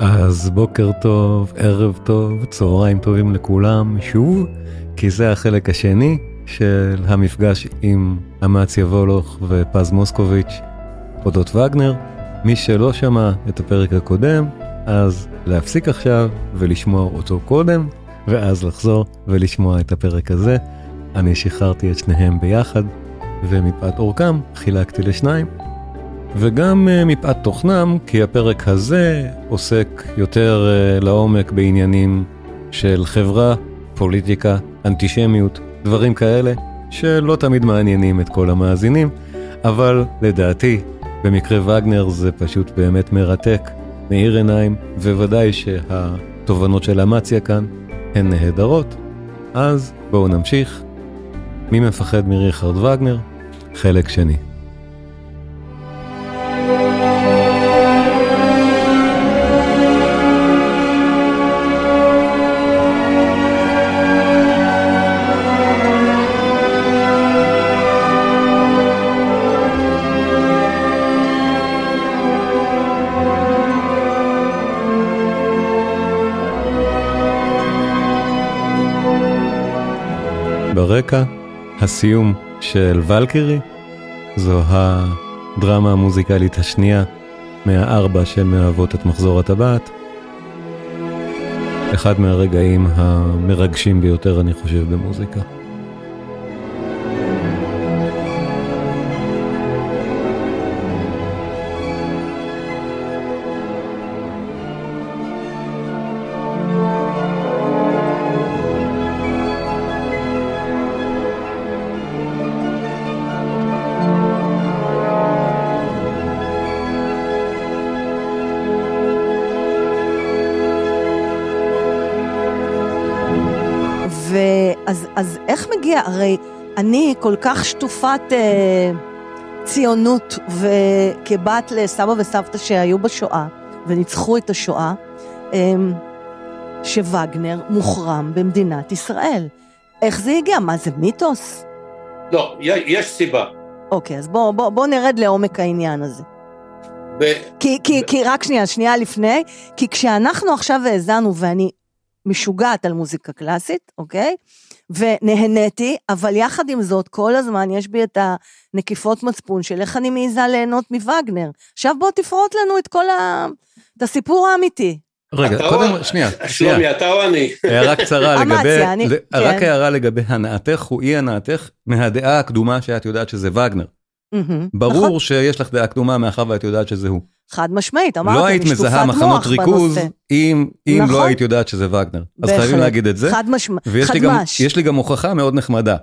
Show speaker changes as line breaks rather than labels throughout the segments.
אז בוקר טוב, ערב טוב, צהריים טובים לכולם, שוב, כי זה החלק השני של המפגש עם אמץ יבולוך ופז מוסקוביץ', אודות וגנר. מי שלא שמע את הפרק הקודם, אז להפסיק עכשיו ולשמוע אותו קודם, ואז לחזור ולשמוע את הפרק הזה. אני שחררתי את שניהם ביחד, ומפאת אורכם חילקתי לשניים. וגם אה, מפאת תוכנם, כי הפרק הזה עוסק יותר אה, לעומק בעניינים של חברה, פוליטיקה, אנטישמיות, דברים כאלה, שלא תמיד מעניינים את כל המאזינים, אבל לדעתי, במקרה וגנר זה פשוט באמת מרתק, מאיר עיניים, וודאי שהתובנות של אמציה כאן הן נהדרות. אז בואו נמשיך. מי מפחד מריכרד וגנר? חלק שני. ברקע, הסיום של ולקירי, זו הדרמה המוזיקלית השנייה מהארבע שמהוות את מחזור הטבעת. אחד מהרגעים המרגשים ביותר, אני חושב, במוזיקה.
ואז אז איך מגיע, הרי אני כל כך שטופת אה, ציונות וכבת לסבא וסבתא שהיו בשואה וניצחו את השואה, אה, שווגנר מוחרם במדינת ישראל. איך זה הגיע? מה זה מיתוס?
לא, י- יש סיבה.
אוקיי, אז בואו בוא, בוא נרד לעומק העניין הזה.
ב-
כי, כי, כי רק שנייה, שנייה לפני, כי כשאנחנו עכשיו האזנו, ואני משוגעת על מוזיקה קלאסית, אוקיי? ונהניתי, אבל יחד עם זאת, כל הזמן יש בי את הנקיפות מצפון של איך אני מעיזה ליהנות מווגנר. עכשיו בוא תפרוט לנו את כל ה... את הסיפור האמיתי.
רגע,
אתה
קודם,
או-
שנייה, שנייה.
שלומי, אתה או אני?
הערה קצרה
אמציה,
לגבי,
אה, אני-
ל-
כן.
רק הערה לגבי הנעתך הוא אי הנעתך מהדעה הקדומה שאת יודעת שזה וגנר.
מהמם. נכון?
ברור שיש לך דעה קדומה מאחר ואת יודעת שזה הוא.
חד משמעית, אמרתי,
לא היית
אני שטופת
מזהה מחנות
מוח
ריכוז
בנושא.
אם אם
נכון.
לא היית יודעת שזה וגנר. אז
בהחלט.
חייבים להגיד את זה.
חד משמעית,
ויש
חד
לי גם,
מש.
יש לי גם הוכחה מאוד נחמדה.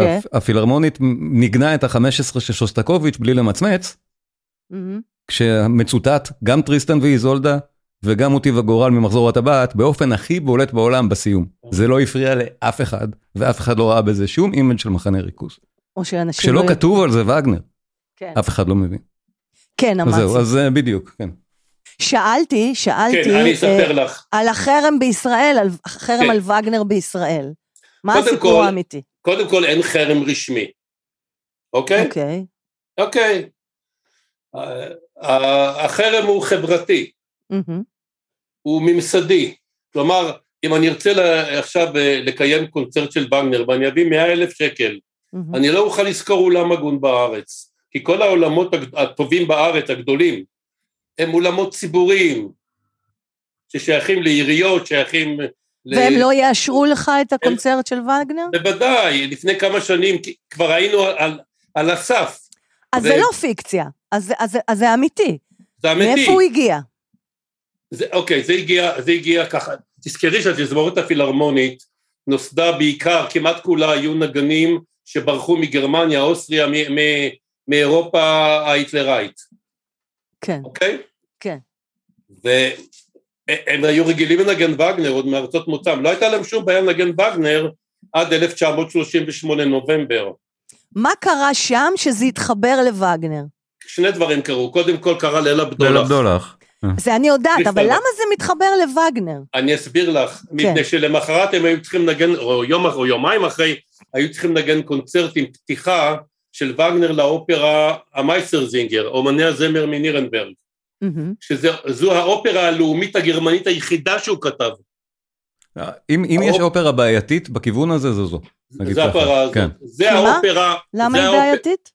שהפילהרמונית ניגנה את ה-15 של שוסטקוביץ' בלי למצמץ,
מהמם.
כשמצוטט גם טריסטן ואיזולדה וגם מוטיב הגורל ממחזור הטבעת באופן הכי בולט בעולם בסיום. זה לא הפריע לאף אחד, ואף אחד לא ראה בזה שום אימג' של מחנה ריכוז.
או שאנשים...
כשלא
לא-
כתוב על זה וגנר,
כן.
אף אחד לא מבין.
כן,
אז זהו,
אמרתי.
אז אה, בדיוק, כן.
שאלתי, שאלתי...
כן, אני
אה,
אספר לך.
על החרם בישראל, על החרם
כן.
על וגנר בישראל. מה
קודם
הסיפור
כל,
האמיתי?
קודם כל, אין חרם רשמי, אוקיי?
אוקיי.
אוקיי. אה, ה- החרם הוא חברתי,
מהמם.
הוא ממסדי. כלומר, אם אני ארצה ל- עכשיו אה, לקיים קונצרט של וגנר ואני אביא 100 אלף שקל,
מהמם.
אני לא אוכל לשכור אולם הגון בארץ, כי כל האולמות הגד- הטובים בארץ, הגדולים, הם אולמות ציבוריים, ששייכים לעיריות, שייכים... ל- כן.
והם לא יאשרו לך את הקונצרט של וגנר?
בוודאי, לפני כמה שנים כי כבר היינו על, על הסף,
אז זה
זה-
לא פיקציה, אז זה- אז זה- אז זה אמיתי.
זה אמיתי.
מאיפה הוא הגיע?
זה, אוקיי, זה הגיע, זה הגיע ככה. תזכרי שהתזמורת הפילהרמונית נוסדה בעיקר, כמעט כולה היו נגנים שברחו מגרמניה, אוסטריה, מ- מ- מאירופה ההיטלרית,
כן,
אוקיי?
כן.
והם היו רגילים לנגן וגנר עוד מארצות מוצאם, לא הייתה להם שום בעיה לנגן וגנר עד 1938 נובמבר.
מה קרה שם שזה התחבר לווגנר?
שני דברים קרו, קודם כל קרה ליל
דולח.
הבדולח.
דולח.
זה אני יודעת,
בסדר.
אבל למה זה מתחבר לווגנר?
אני אסביר לך, כן. מפני שלמחרת הם היו צריכים לנגן, או יום אח- או יומיים אחרי, היו צריכים לנגן קונצרט עם פתיחה של וגנר לאופרה המייסטרזינגר, אומני הזמר מנירנברג.
מהמם.
שזו האופרה הלאומית הגרמנית היחידה שהוא כתב.
אה, אם, אם יש
האופ-
אופרה בעייתית בכיוון הזה, זו זו. נגיד
זה
ככה,
הפרה הזאת.
כן.
זה
מה?
האופרה.
למה
זה
היא
האופ-
בעייתית?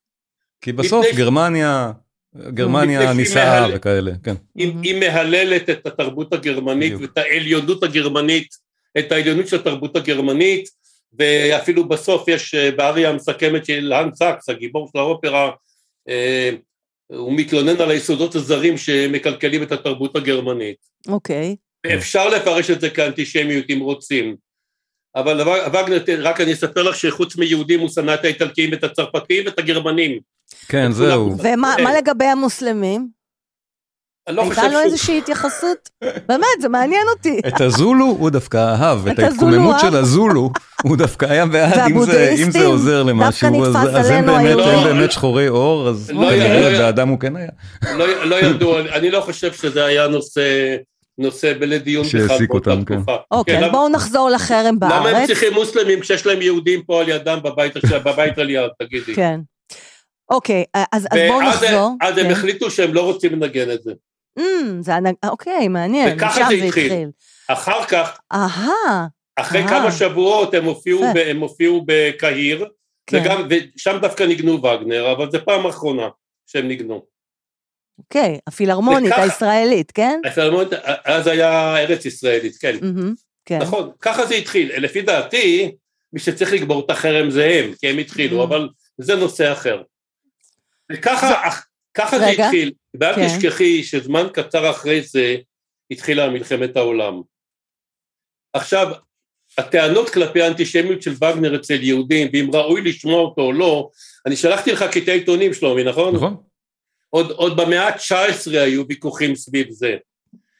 כי בסוף
לפני ש-
גרמניה,
לפני
גרמניה
שהיא
נישאה
מהלל-
וכאלה, כן.
היא
מהמם.
היא מהללת את התרבות הגרמנית
בדיוק.
ואת העליונות הגרמנית, את העליונות של התרבות הגרמנית, ואפילו בסוף יש אה, באריה המסכמת של האן סאקס, הגיבור של האופרה, אה, הוא מתלונן על היסודות הזרים שמקלקלים את התרבות הגרמנית.
אוקיי.
אפשר לפרש את זה כאנטישמיות אם רוצים. אבל ו- וגנר, רק אני אספר לך שחוץ מיהודים הוא שנא את האיטלקים, את הצרפתים ואת הגרמנים.
כן, זהו.
ומה
אה,
מה לגבי המוסלמים?
אני לא חושב
הייתה לו
שהוא... כן,
איזושהי התייחסות? באמת, זה מעניין אותי.
את הזולו הוא דווקא אהב, את
את הזולו
ההתקוממות
אהב.
של הזולו, הוא דווקא היה בעד, אם זה, אם זה
והבודהיסטים,
עוזר למשהו,
דווקא
אז,
נתפס
אז הם
עלינו
באמת,
היהודים.
הם
לא,
באמת שחורי אור, אז
לא,
לא,
כנראה
לא.
באדם הוא כן היה.
לא, לא ידוע, אני לא חושב שזה היה נושא, נושא בלדיון בכלל
שהעסיק
באותה
אותם, כן.
תקופה.
אוקיי,
כן,
אז
למה-
בואו נחזור לחרם
למה הם
בארץ.
צריכים מוסלמים כשיש להם יהודים פה על ידם בבית, הש- בבית על יד, תגידי.
כן. אוקיי, אז אז בואו
ואז-
נחזור.
אז הם
כן.
החליטו שהם לא רוצים לנגן את זה.
אמ, זה הנג... אוקיי, מעניין.
וככה
משם
זה התחיל. אחר כך,
אהה,
אחרי
אה.
כמה שבועות הם הופיעו
יפה.
ב- הם הופיעו בקהיר,
כן.
וגם, ושם דווקא ניגנו וגנר, אבל זו פעם אחרונה שהם ניגנו.
אוקיי, הפילהרמונית
וככה-
הישראלית, כן?
הפילהרמונית, אז היה ארץ ישראלית, כן.
מהמם, כן.
נכון, ככה זה התחיל. לפי דעתי, מי שצריך לגמור את החרם זה הם, כי הם התחילו,
Mm.
אבל זה נושא אחר. וככה אך- ככה זה
רגע,
התחיל, ואל
כן.
תשכחי שזמן קצר אחרי זה התחילה מלחמת העולם. עכשיו, הטענות כלפי האנטישמיות של וגנר אצל יהודים, ואם ראוי לשמוע אותו או לא, אני שלחתי לך קטעי עיתונים, שלומי, נכון?
נכון?
עוד, עוד במאה ה-19 היו ויכוחים סביב זה.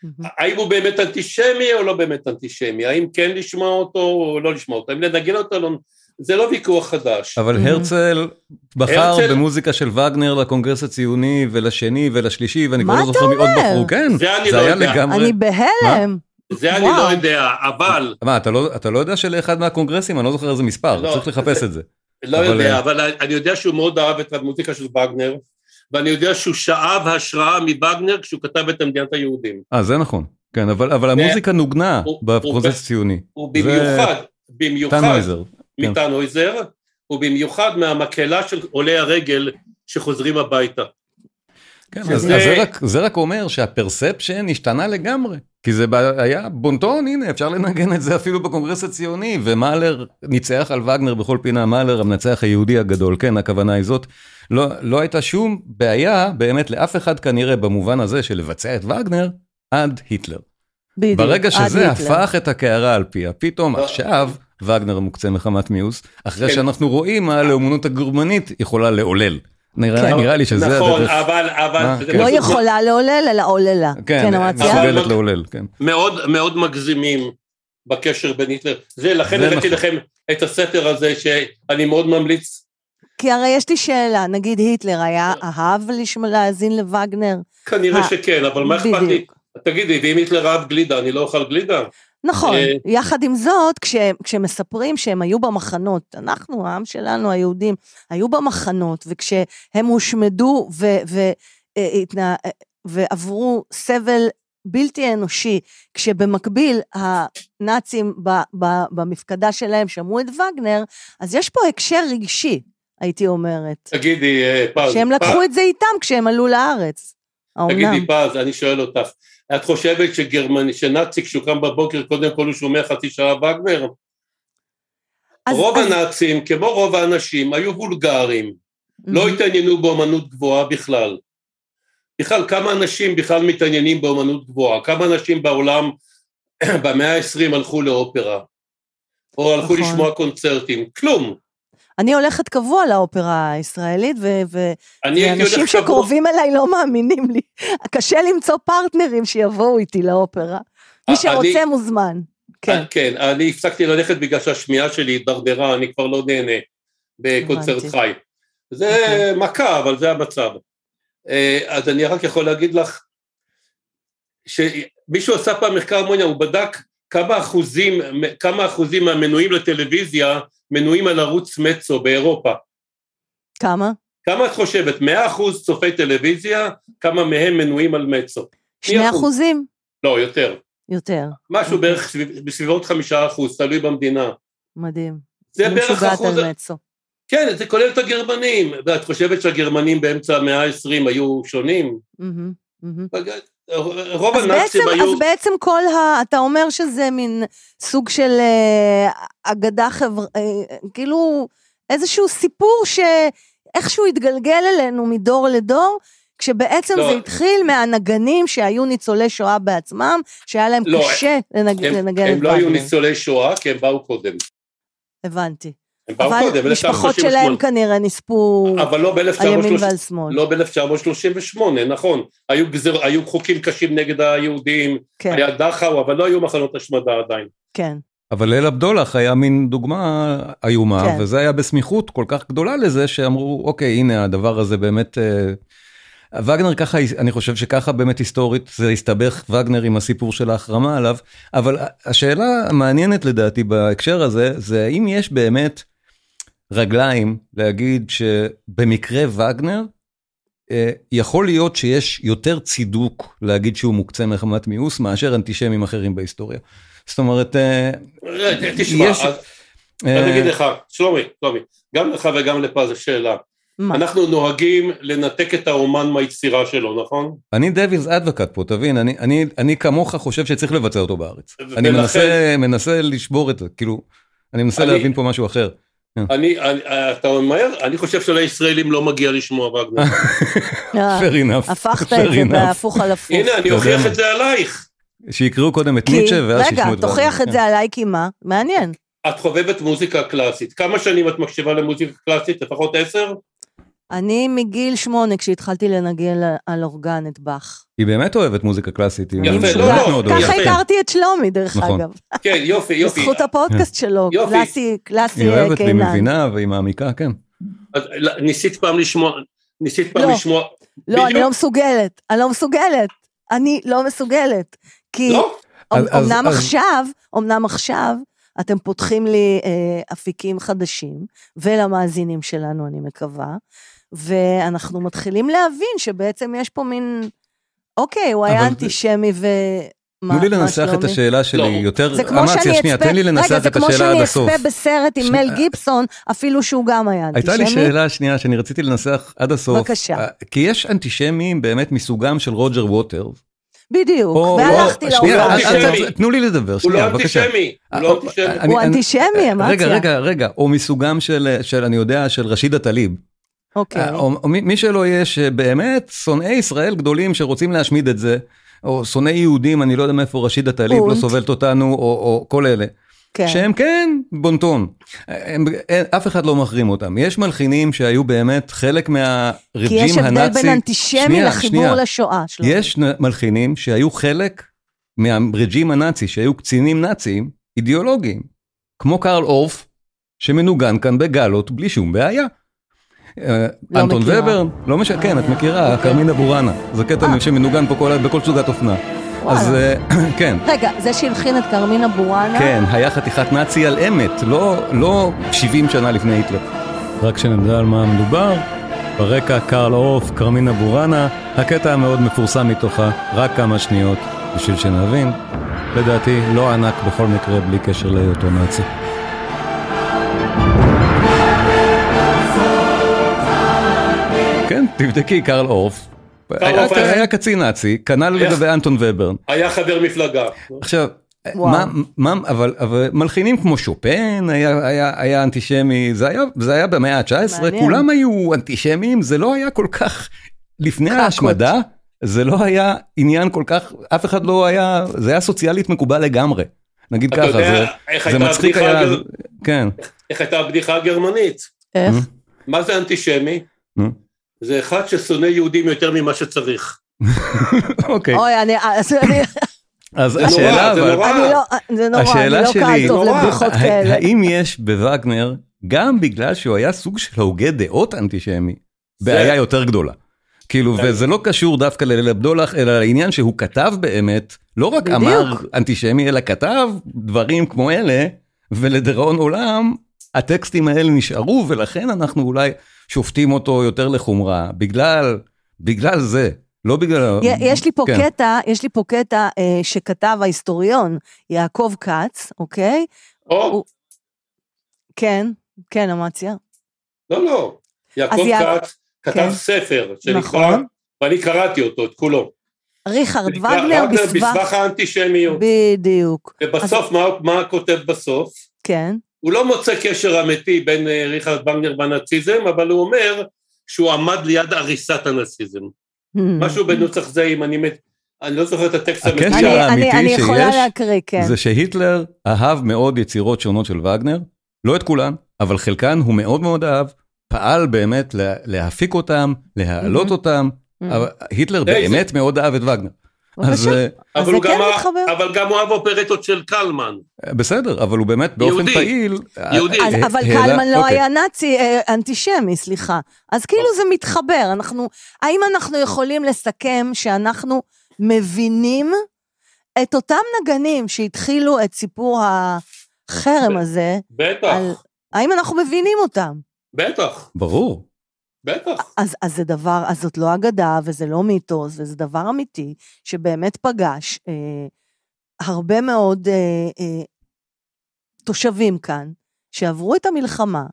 מהמם.
האם הוא באמת אנטישמי או לא באמת אנטישמי, האם כן לשמוע אותו או לא לשמוע אותו, האם לנגן אותו, לא... זה לא ויכוח חדש.
אבל
Mhm.
הרצל בחר
הרצל-
במוזיקה של וגנר לקונגרס הציוני ולשני ולשלישי, ואני כבר
מה
לא
אתה
זוכר מי עוד
אומר?
בחרו, כן,
זה אני לא
היה
יודע.
לגמרי.
אני בהלם.
זה אני
וואו.
לא יודע, אבל,
מה, אתה לא- אתה לא יודע שלאחד מהקונגרסים, אני לא זוכר איזה מספר,
לא,
צריך לחפש
זה-
את זה.
לא
אבל,
יודע,
אה,
אבל אני יודע שהוא מאוד אהב את המוזיקה של וגנר, ואני יודע שהוא שאב השראה מווגנר כשהוא כתב את מדינת היהודים.
אה, זה נכון. כן, אבל אבל
זה-
המוזיקה נוגנה
הוא- הוא-
בקונגרס הציוני.
ובמיוחד, במיוחד
טנויזר. כן.
מטנויזר, ובמיוחד מהמקהלה של עולי הרגל שחוזרים הביתה.
כן,
שזה-
אז, אז זה, רק, זה רק אומר שהפרספשן השתנה לגמרי, כי זה בע- היה בונטון, הנה, אפשר לנגן את זה אפילו בקונגרס הציוני, ומאלר ניצח על וגנר בכל פינה, מאלר המנצח היהודי הגדול, כן, הכוונה היא זאת. לא, לא הייתה שום בעיה באמת לאף אחד כנראה במובן הזה של לבצע את וגנר עד היטלר.
בדיוק.
ברגע
עד
שזה
היטלר.
הפך את הקערה על פיה, פתאום
לא.
עכשיו וגנר מוקצה מחמת מיאוס, אחרי
כן.
שאנחנו רואים מה הלאומנות הגרמנית יכולה לעולל. נראה,
כן.
נראה לי שזה
נכון,
הדרך.
אבל,
מה?
אבל, זה
כן.
לא
פשוט
יכולה לעולל, אלא עוללה. כן,
כן,
אמרתי,
אבל-
מסוגלת לעולל, כן.
מאוד מאוד מגזימים בקשר בין היטלר. זה, לכן
זה
הבאתי
נכון.
לכם את הספר הזה שאני מאוד ממליץ.
כי הרי יש לי שאלה, נגיד היטלר היה אהב לשמ- להאזין לווגנר?
כנראה
אה,
שכן, אבל מה אכפת לי?
בדיוק.
תגידי, ואם היטלר אהב גלידה, אני לא אוכל גלידה?
נכון,
אה,
יחד עם זאת, כש, כשמספרים שהם היו במחנות, אנחנו, העם שלנו, היהודים, היו במחנות, וכשהם הושמדו ו, ו, אה, התנה, אה, ועברו סבל בלתי אנושי, כשבמקביל הנאצים ב, ב, במפקדה שלהם שמעו את וגנר, אז יש פה הקשר רגשי, הייתי אומרת,
תגידי, אה, פז.
שהם
פז,
לקחו את זה איתם כשהם עלו לארץ. האומנם?
תגידי, פז, אני שואל אותך, את חושבת שגרמני, שנאצי, כשהוא קם בבוקר, קודם כל הוא שומע חצי שעה וגנר?
אז-
רוב
אז-
הנאצים, כמו רוב האנשים, היו וולגרים. לא התעניינו באמנות גבוהה בכלל. בכלל, כמה אנשים בכלל מתעניינים באמנות גבוהה? כמה אנשים בעולם במאה ה-20 הלכו לאופרה? או הלכו
נכון.
לשמוע קונצרטים? כלום.
אני הולכת קבוע לאופרה הישראלית, ו- ו-
אני הייתי
ואנשים
הולך קבוע...
שקרובים אליי לא מאמינים לי. קשה למצוא פרטנרים שיבואו איתי לאופרה. מי
אה, אני-
שרוצה מוזמן. כן,
כן. כן, אני הפסקתי ללכת בגלל שהשמיעה שלי הידרדרה, אני כבר לא נהנה בקונצרט
הבנתי.
חי. זה
אוקיי.
מכה, אבל זה המצב. אה, אז אני רק יכול להגיד לך שמישהו עשה פעם מחקר מוניה, הוא בדק כמה אחוזים, כמה אחוזים מהמנויים לטלוויזיה מנויים על ערוץ מצו באירופה.
כמה?
כמה את חושבת, 100 אחוז צופי טלוויזיה, כמה מהם מנויים על מצו?
שני אחוזים?
לא, יותר.
יותר.
משהו
אוקיי.
בערך סביב- בסביבות 5 אחוז, תלוי במדינה.
מדהים.
זה
אני
בערך
משוגעת
אחוז...
על מצו.
כן, זה כולל את הגרמנים. ואת חושבת שהגרמנים באמצע המאה ה-20 היו שונים?
מהמם, מהמם.
רוב
אז בעצם,
הנאצים היו...
אז בעצם כל ה... אתה אומר שזה מין סוג של אה, אגדה חברה... אה, כאילו איזשהו סיפור שאיכשהו התגלגל אלינו מדור לדור, כשבעצם
לא.
זה התחיל מהנגנים שהיו ניצולי שואה בעצמם, שהיה להם
לא,
קשה לנג...
הם,
לנגן את
הם לא היו
וגנר.
ניצולי שואה, כי הם באו קודם.
הבנתי.
הם באו קודם,
אבל משפחות שלהם
1938.
כנראה נספו
אבל לא
על ימין
ב-1938,
ועל שמאל.
לא ב-1938, נכון. היו, גזר, היו חוקים קשים נגד היהודים,
כן,
היה דכאו, אבל לא היו מחנות השמדה עדיין.
כן.
אבל אל עבדולח היה מין דוגמה איומה,
כן.
כן. וזה היה בסמיכות כל כך גדולה לזה, שאמרו, אוקיי, הנה הדבר הזה באמת... אה, וגנר ככה, אני חושב שככה באמת היסטורית זה הסתבך וגנר עם הסיפור של ההחרמה עליו, אבל השאלה המעניינת לדעתי בהקשר הזה, זה האם יש באמת רגליים להגיד שבמקרה וגנר, אה, יכול להיות שיש יותר צידוק להגיד שהוא מוקצה מחמת מיאוס מאשר אנטישמים אחרים בהיסטוריה. זאת אומרת, אה,
רגע, תשמע,
יש-
אז-
אה,
אני אגיד לך, שלומי, שלומי, גם לך וגם לפה זו שאלה.
מה?
אנחנו נוהגים לנתק את האומן מהיצירה שלו, נכון?
אני דווילס אדווקט פה, תבין, אני, אני, אני כמוך חושב שצריך לבצע אותו בארץ.
ולכן-
אני מנסה, מנסה לשבור את זה, כאילו, אני מנסה
אני-
להבין פה משהו אחר.
אני, אני- אתה ממהר? אני חושב שלישראלים לא מגיע לשמוע וגנר.
אה,
fair enough.
הפכת את
fair
זה
enough.
בהפוך על הפוך.
הנה, אני
אתה יודע
אוכיח
מה.
את זה עלייך.
שיקראו קודם את
כי-
ניטשה ואז
רגע,
שישמעו את כן.
תוכיח
וגנר,
את זה עליי כי מה? מעניין.
את חובבת מוזיקה קלאסית. כמה שנים את מקשיבה למוזיקה קלאסית? לפחות עשר?
אני מגיל שמונה, כשהתחלתי לנגן על אורגן את באך.
כן. היא באמת אוהבת מוזיקה קלאסית, היא
יפה,
באמת
לא, לא,
מאוד
ככה
אוהבת.
יפה.
הכרתי את שלומי, דרך
נכון.
אגב.
כן, יופי, יופי.
בזכות הפודקאסט שלו,
יופי.
קלאסי, קלאסי אה,
היא אוהבת והיא
קינן.
מבינה והיא מעמיקה, כן.
אז לא, ניסית פעם לשמוע, ניסית פעם
לא.
לשמוע...
לא, אני
בדיוק.
לא מסוגלת, אני לא מסוגלת. אני לא מסוגלת. כי
לא?
אז-
אמ- אמנם
אז- אז-
עכשיו, אמנם עכשיו, אתם פותחים לי אה, אפיקים חדשים, ולמאזינים שלנו, אני מקווה, ואנחנו מתחילים להבין שבעצם יש פה מין, אוקיי, הוא היה
אבל-
אנטישמי ו... מה-
תנו לי
מה
לנסח את
שלומי?
השאלה שלי
לא.
יותר,
לא זה כמו שאני
אמציה,
אצפה,
שנייה, תן לי
רגע,
לנסח
זה
את
כמו
השאלה עד
שאני
הסוף.
אצפה בסרט עם
שנייה.
מל גיבסון, אפילו שהוא גם היה
הייתה לי
אנטישמי.
שאלה שנייה שאני רציתי לנסח עד הסוף.
בבקשה.
אה, כי יש אנטישמים באמת מסוגם של רוג'ר ווטרס,
בדיוק,
או-
והלכתי
או- שנייה, אל-
לאורגן
אל-
שלו.
לא אנטישמי.
תנו לי לדבר,
הוא לא
שנייה, בבקשה.
אנטישמי.
אה,
הוא לא אנטישמי.
אני-
הוא
אני-
אנטישמי, אמציה.
רגע, רגע, רגע, או מסוגם של, של אני יודע, של רשידה טליב.
אוקיי.
אה, או, או מי מי שלא יהיה, שבאמת שונאי ישראל גדולים שרוצים להשמיד את זה, או שונאי יהודים, אני לא יודע מאיפה רשידה טליב לא
אונט.
סובלת אותנו, או, או כל אלה.
כן.
שהם כן בונטון. אה, הם, אין, אף אחד לא מחרים אותם. יש מלחינים שהיו באמת חלק
כי יש
מהרג'ים
הבדל
הנאצי.
בין אנטישמי
שנייה,
לחיבור
שנייה.
לשואה שלו.
יש נ- מלחינים שהיו חלק מהרג'ים הנאצי, שהיו קצינים נאציים אידיאולוגיים, כמו קרל אורף, שמנוגן כאן בגלות בלי שום בעיה. אה,
לא
אנטון
מכירה.
ובר, לא משנה, כן, את מכירה,
אוקיי.
קרמינה בוראנה, זה קטע
אה.
שמנוגן פה כל ה- בכל סוגת אופנה.
וואלה.
אז אה, כן,
רגע, זה שהלחין את קרמינה בוראנה,
כן, היה חתיכת נאצי על אמת, לא- לא 70 שנה לפני היטלר.
רק שנדע על מה מדובר. ברקע קרל אורף, קרמינה בורנה, הקטע המאוד מפורסם מתוכה, רק כמה שניות, בשביל שנבין. לדעתי, לא ענק בכל מקרה, בלי קשר להיותו נאצי.
כן, תבדקי, קרל אורף. היה-
אורף היה-
היה קצין נאצי, כנ"ל
היה-
לגבי אנטון ובר.
היה חבר מפלגה.
עכשיו,
וואו.
מה, מה, אבל, אבל מלחינים כמו שופן היה, היה, היה אנטישמי, זה היה, זה היה במאה ה-19,
מעניין.
כולם היו אנטישמים, זה לא היה כל כך, לפני
קרקות.
ההשמדה, זה לא היה עניין כל כך, אף אחד לא היה, זה היה סוציאלית מקובל לגמרי. נגיד
אתה
ככה, זה,
יודע איך
זה
הייתה
מצחיק
הבדיחה
היה,
הגר-
כן,
איך הייתה הבדיחה הגרמנית?
איך?
Mm-hmm.
מה זה אנטישמי?
נו.
זה אחד ששונא יהודים יותר ממה שצריך.
אוקיי.
אוי, אני אה, אז אני-
אז
זה
השאלה,
נורא, זה
אבל,
נורא.
אני לא, זה נורא, אני
השאלה
לא
שלי,
קהל טוב
נורא.
לבדיחות
הא-
כאלה.
האם יש בווגנר, גם בגלל שהוא היה סוג של הוגה דעות אנטישמי,
זה-
בעיה יותר גדולה. כאילו,
כן.
וזה לא קשור דווקא לליל הבדולח, אלא לעניין שהוא כתב באמת, לא רק
בדיוק.
אמר אנטישמי, אלא כתב דברים כמו אלה, ולדיראון עולם, הטקסטים האלה נשארו, ולכן אנחנו אולי שופטים אותו יותר לחומרה, בגלל, בגלל זה, לא בגלל...
יש לי פה
כן.
קטע, יש לי פה קטע אה, שכתב ההיסטוריון יעקב כץ, אוקיי?
או,
הוא- כן, כן, אמציה.
לא, לא. יעקב
אז יע-
כץ
כן.
כתב ספר שנקרא,
נכון.
ואני קראתי אותו, את כולו.
ריכרד
נקרא
וגנר
וגנר
בסבך...
האנטישמיות.
בדיוק,
ובסוף, מה- מה כותב בסוף?
כן.
הוא לא מוצא קשר אמיתי בין אה, ריכרד וגנר והנאציזם, אבל הוא אומר שהוא עמד ליד עריסת הנאציזם.
Mm-hmm.
משהו בנוסח זה, אם אני... מת- אני לא זוכר את הטקסט
הקשר
אני-
המדויק.
אני-
האמיתי
אני יכולה
שיש
להקריא, כן.
זה שהיטלר אהב מאוד יצירות שונות של וגנר, לא את כולן, אבל חלקן הוא מאוד מאוד אהב, פעל באמת לה, להפיק אותם, להעלות
Mhm.
אותם, אבל היטלר
איזה-
באמת מאוד אהב את וגנר. אז
בבקשה.
אה,
אז
אבל
זה
הוא גם
כן
אהב-
מתחבר.
אבל גם הוא אהב אופרטות של קלמן.
בסדר, אבל הוא באמת באופן
יהודי.
פעיל.
יהודי.
אז,
אה,
אבל
העלה-
קלמן לא
אוקיי.
היה נאצי, אה, אנטישמי, סליחה. אז כאילו זה מתחבר, אנחנו, האם אנחנו יכולים לסכם שאנחנו מבינים את אותם נגנים שהתחילו את סיפור החרם הזה,
בטח,
על- האם אנחנו מבינים אותם?
בטח,
ברור.
בטח.
אז, אז זה דבר, אז זאת לא אגדה וזה לא מיתוס, וזה דבר אמיתי שבאמת פגש אה, הרבה מאוד אה, אה, תושבים כאן, שעברו את המלחמה,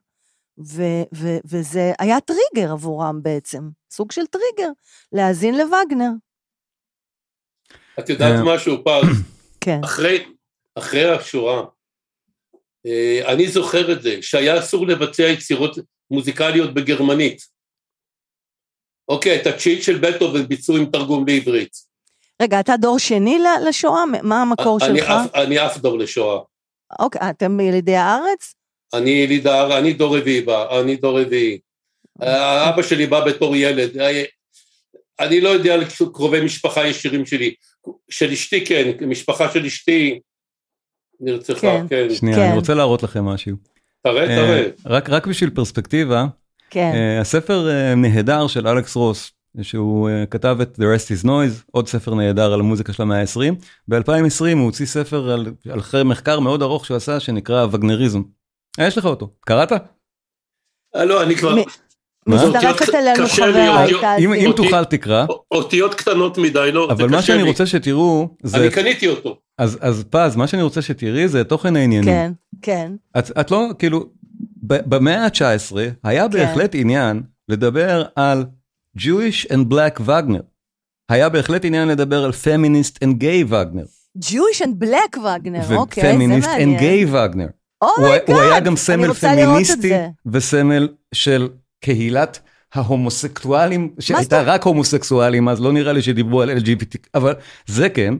ו, ו, וזה היה טריגר עבורם בעצם, סוג של טריגר, להאזין לווגנר.
את יודעת
אה.
משהו, פז?
כן.
אחרי, אחרי השורה, אה, אני זוכר את זה, שהיה אסור לבצע יצירות מוזיקליות בגרמנית. אוקיי, את התשיעית של בטהובן ביצעו עם תרגום לעברית.
רגע, אתה דור שני ל- לשואה? מה המקור
אני
שלך?
אף- אני אף דור לשואה.
אוקיי, אתם ילידי הארץ?
אני יליד האר, אני דור רביעי בא, אני דור רביעי. אה, אבא שלי בא בתור ילד. אה, אני לא יודע על קרובי משפחה ישירים שלי. של אשתי כן, משפחה של אשתי נרצחה,
כן.
כן.
שנייה,
כן.
אני רוצה להראות לכם משהו.
תראה,
אה,
תראה.
רק רק בשביל פרספקטיבה,
כן.
אה, הספר אה, נהדר של אלכס רוס, שהוא אה, כתב את The Rest is Noise, עוד ספר נהדר על המוזיקה של המאה ה-20. ב-2020 הוא הוציא ספר על, על אחרי מחקר מאוד ארוך שהוא עשה, שנקרא וגנריזם. אה, יש לך אותו, קראת?
אה, לא, אני כבר...
מ-
מה?
מצטרפת אלינו
קשה
חברה,
להיות-
הייתה...
אם, אם
אותי-
תוכל תקרא,
אותיות קטנות מדי, לא, זה
אבל מה
קשה
שאני
לי.
רוצה שתראו, זה,
אני קניתי אותו.
אז, אז פז, מה שאני רוצה שתראי זה תוכן העניינים.
כן, כן.
את, את לא, כאילו, ב- במאה ה-19
כן.
היה בהחלט עניין לדבר על Jewish and Black Wagner. היה בהחלט עניין לדבר על Feminist and Gay Wagner.
Jewish and Black Wagner, אוקיי, זה מעניין. Oh
ופמיניסט and Gay Wagner. הוא,
אומייגאד,
הוא היה גם
אני
סמל
רוצה לראות את
פמיניסטי
זה.
וסמל של קהילת ההומוסקטואלים, שהייתה
זאת-
רק הומוסקסואלים, אז לא נראה לי שדיברו על LGBT, אבל זה כן.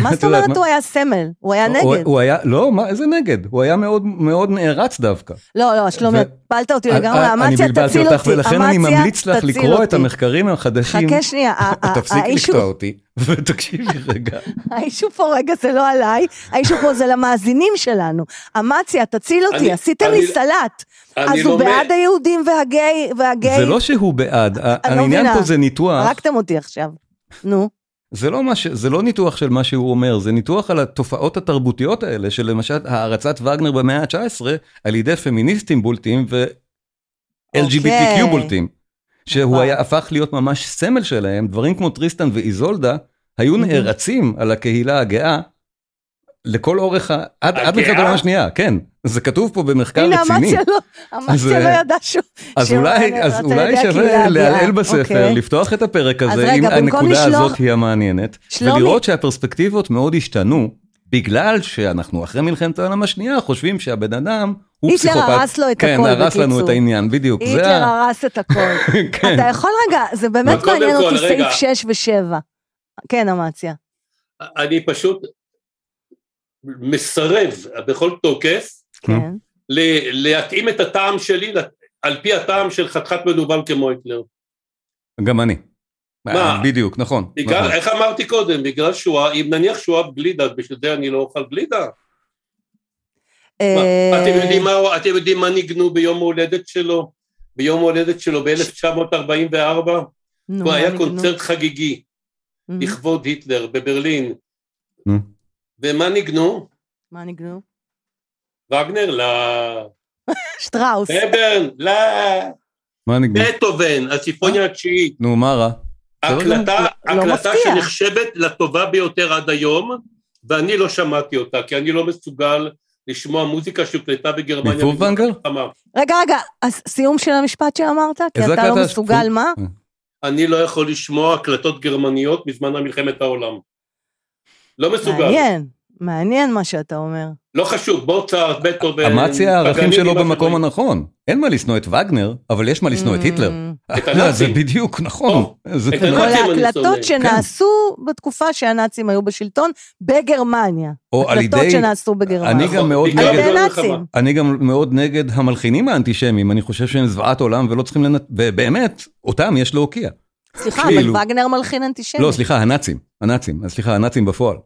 מה
את
זאת
יודעת
אומרת הוא היה סמל? הוא היה
הוא,
נגד.
הוא היה, לא, מה, איזה נגד? הוא היה מאוד, מאוד נערץ דווקא.
לא, לא, שלומי,
ו-
הפלת אותי
אני-
לגמרי,
אני
אמציה
בלבלתי
תציל
אותך,
אותי.
ולכן אני
אמציה,
ממליץ לך
תציל
לקרוא את
אותי.
המחקרים החדשים.
חכה שנייה, ה- ה-
תפסיקי
האיש
לקטוע
הוא-
אותי, ותקשיבי רגע.
האישו פה רגע זה לא עליי, האישו פה זה למאזינים שלנו. אמציה, תציל אותי,
אני-
עשיתם
אני-
לי סלט.
אני
אז הוא
לומד.
בעד היהודים והגיי, והגיי,
זה לא שהוא בעד, ה-
אני לא
העניין
מבינה.
פה זה ניתוח.
הרגתם אותי עכשיו. נו,
זה לא, מה ש... זה לא ניתוח של מה שהוא אומר, זה ניתוח על התופעות התרבותיות האלה, של למשל הערצת וגנר במאה ה-19 על ידי פמיניסטים בולטים ו-LGBTQ
אוקיי. נכון.
בולטים, שהוא
וואו.
היה הפך להיות ממש סמל שלהם, דברים כמו טריסטן ואיזולדה היו
מהמם.
נערצים על הקהילה הגאה. לכל אורך, ה... עד, עד
הגאה?
מלחמת העולם השנייה, כן, זה כתוב פה במחקר
הנה
רציני.
אמציה לא, אמציה
אה,
לא ידע שהוא...
אז
שהוא
אולי,
היה
אז
נערץ על
אולי
ידי הקהילה
שווה
הגאה.
לעלעל בספר,
אוקיי.
לפתוח את הפרק
אז
הזה,
רגע,
אם
במקום
הנקודה
לשלוח-
הזאת היא המעניינת,
שלומי-
ולראות שהפרספקטיבות מאוד השתנו, בגלל שאנחנו אחרי מלחמת העולם השנייה חושבים שהבן אדם הוא
היטלר
פסיכופת.
הרס לו את
כן,
הכל,
הרס לנו
בקיצור.
את העניין, בדיוק. זה
היטלר
ה-
הרס את הכל.
כן.
אתה יכול רגע, זה באמת
אבל קודם
מעניין
כל,
אותי סעיף
רגע.
6 ו-7. כן, אמציה.
אני פשוט מסרב בכל תוקף
כן.
ל- להתאים את הטעם שלי ל- על פי הטעם של חתיכת מנוול כמו היטלר.
גם אני.
מה?
בדיוק, נכון.
בגלל,
נכון.
איך אמרתי קודם, בגלל שואה, אם נניח שואה גלידה, אז בשביל זה אני לא אוכל גלידה. מה,
אה,
אתם יודעים מה הוא- אתם יודעים מה ניגנו ביום ההולדת שלו? ביום ההולדת שלו ב-1944?
נו,
הוא היה
נו,
קונצרט חגיגי
נו.
לכבוד היטלר בברלין.
נו.
ומה ניגנו?
מה ניגנו?
וגנר? לא.
שטראוס.
אה? רברן? לא.
מה נגמר?
בטהובן, הסימפוניה התשיעית,
נו, מה רע? אה,
הקלטה,
לא
הקלטה
מפתיע.
שנחשבת לטובה ביותר עד היום, ואני לא שמעתי אותה, כי אני לא מסוגל לשמוע מוזיקה שהוקלטה בגרמניה.
מפופנגל?
מלחמה.
רגע, רגע, אז סיום של המשפט שאמרת? כי
איזה
אתה לא
הקלטה?
מסוגל מה?
אני לא יכול לשמוע הקלטות גרמניות בזמן מלחמת העולם. לא מסוגל.
מעניין, מעניין מה שאתה אומר.
לא חשוב, בוצר, בטהובן.
אמציה הערכים
פגאניני,
שלו
מה
במקום
שבאים.
הנכון. אין מה לשנוא את וגנר, אבל יש מה לשנוא את היטלר.
Mm.
את
לא, זה
הנאצים.
בדיוק, נכון. זה
את
כל
הנאצים. אני
ההקלטות
שונא,
שנעשו בתקופה שהנאצים היו בשלטון, בגרמניה.
או על
הקלטות
ידי...
שנעשו בגרמניה.
אני גם מאוד
בעיקר
על
נגד...
ידי
גדול
הנאצים.
מלחמה.
אני גם מאוד נגד המלחינים האנטישמים, אני חושב שהם זוועת עולם ולא צריכים לנ... באמת, אותם יש להוקיע.
סליחה,
כאילו.
אבל וגנר מלחין אנטישמי.
לא, סליחה, הנאצים, הנאצים, אז סליחה, הנאצים בפועל,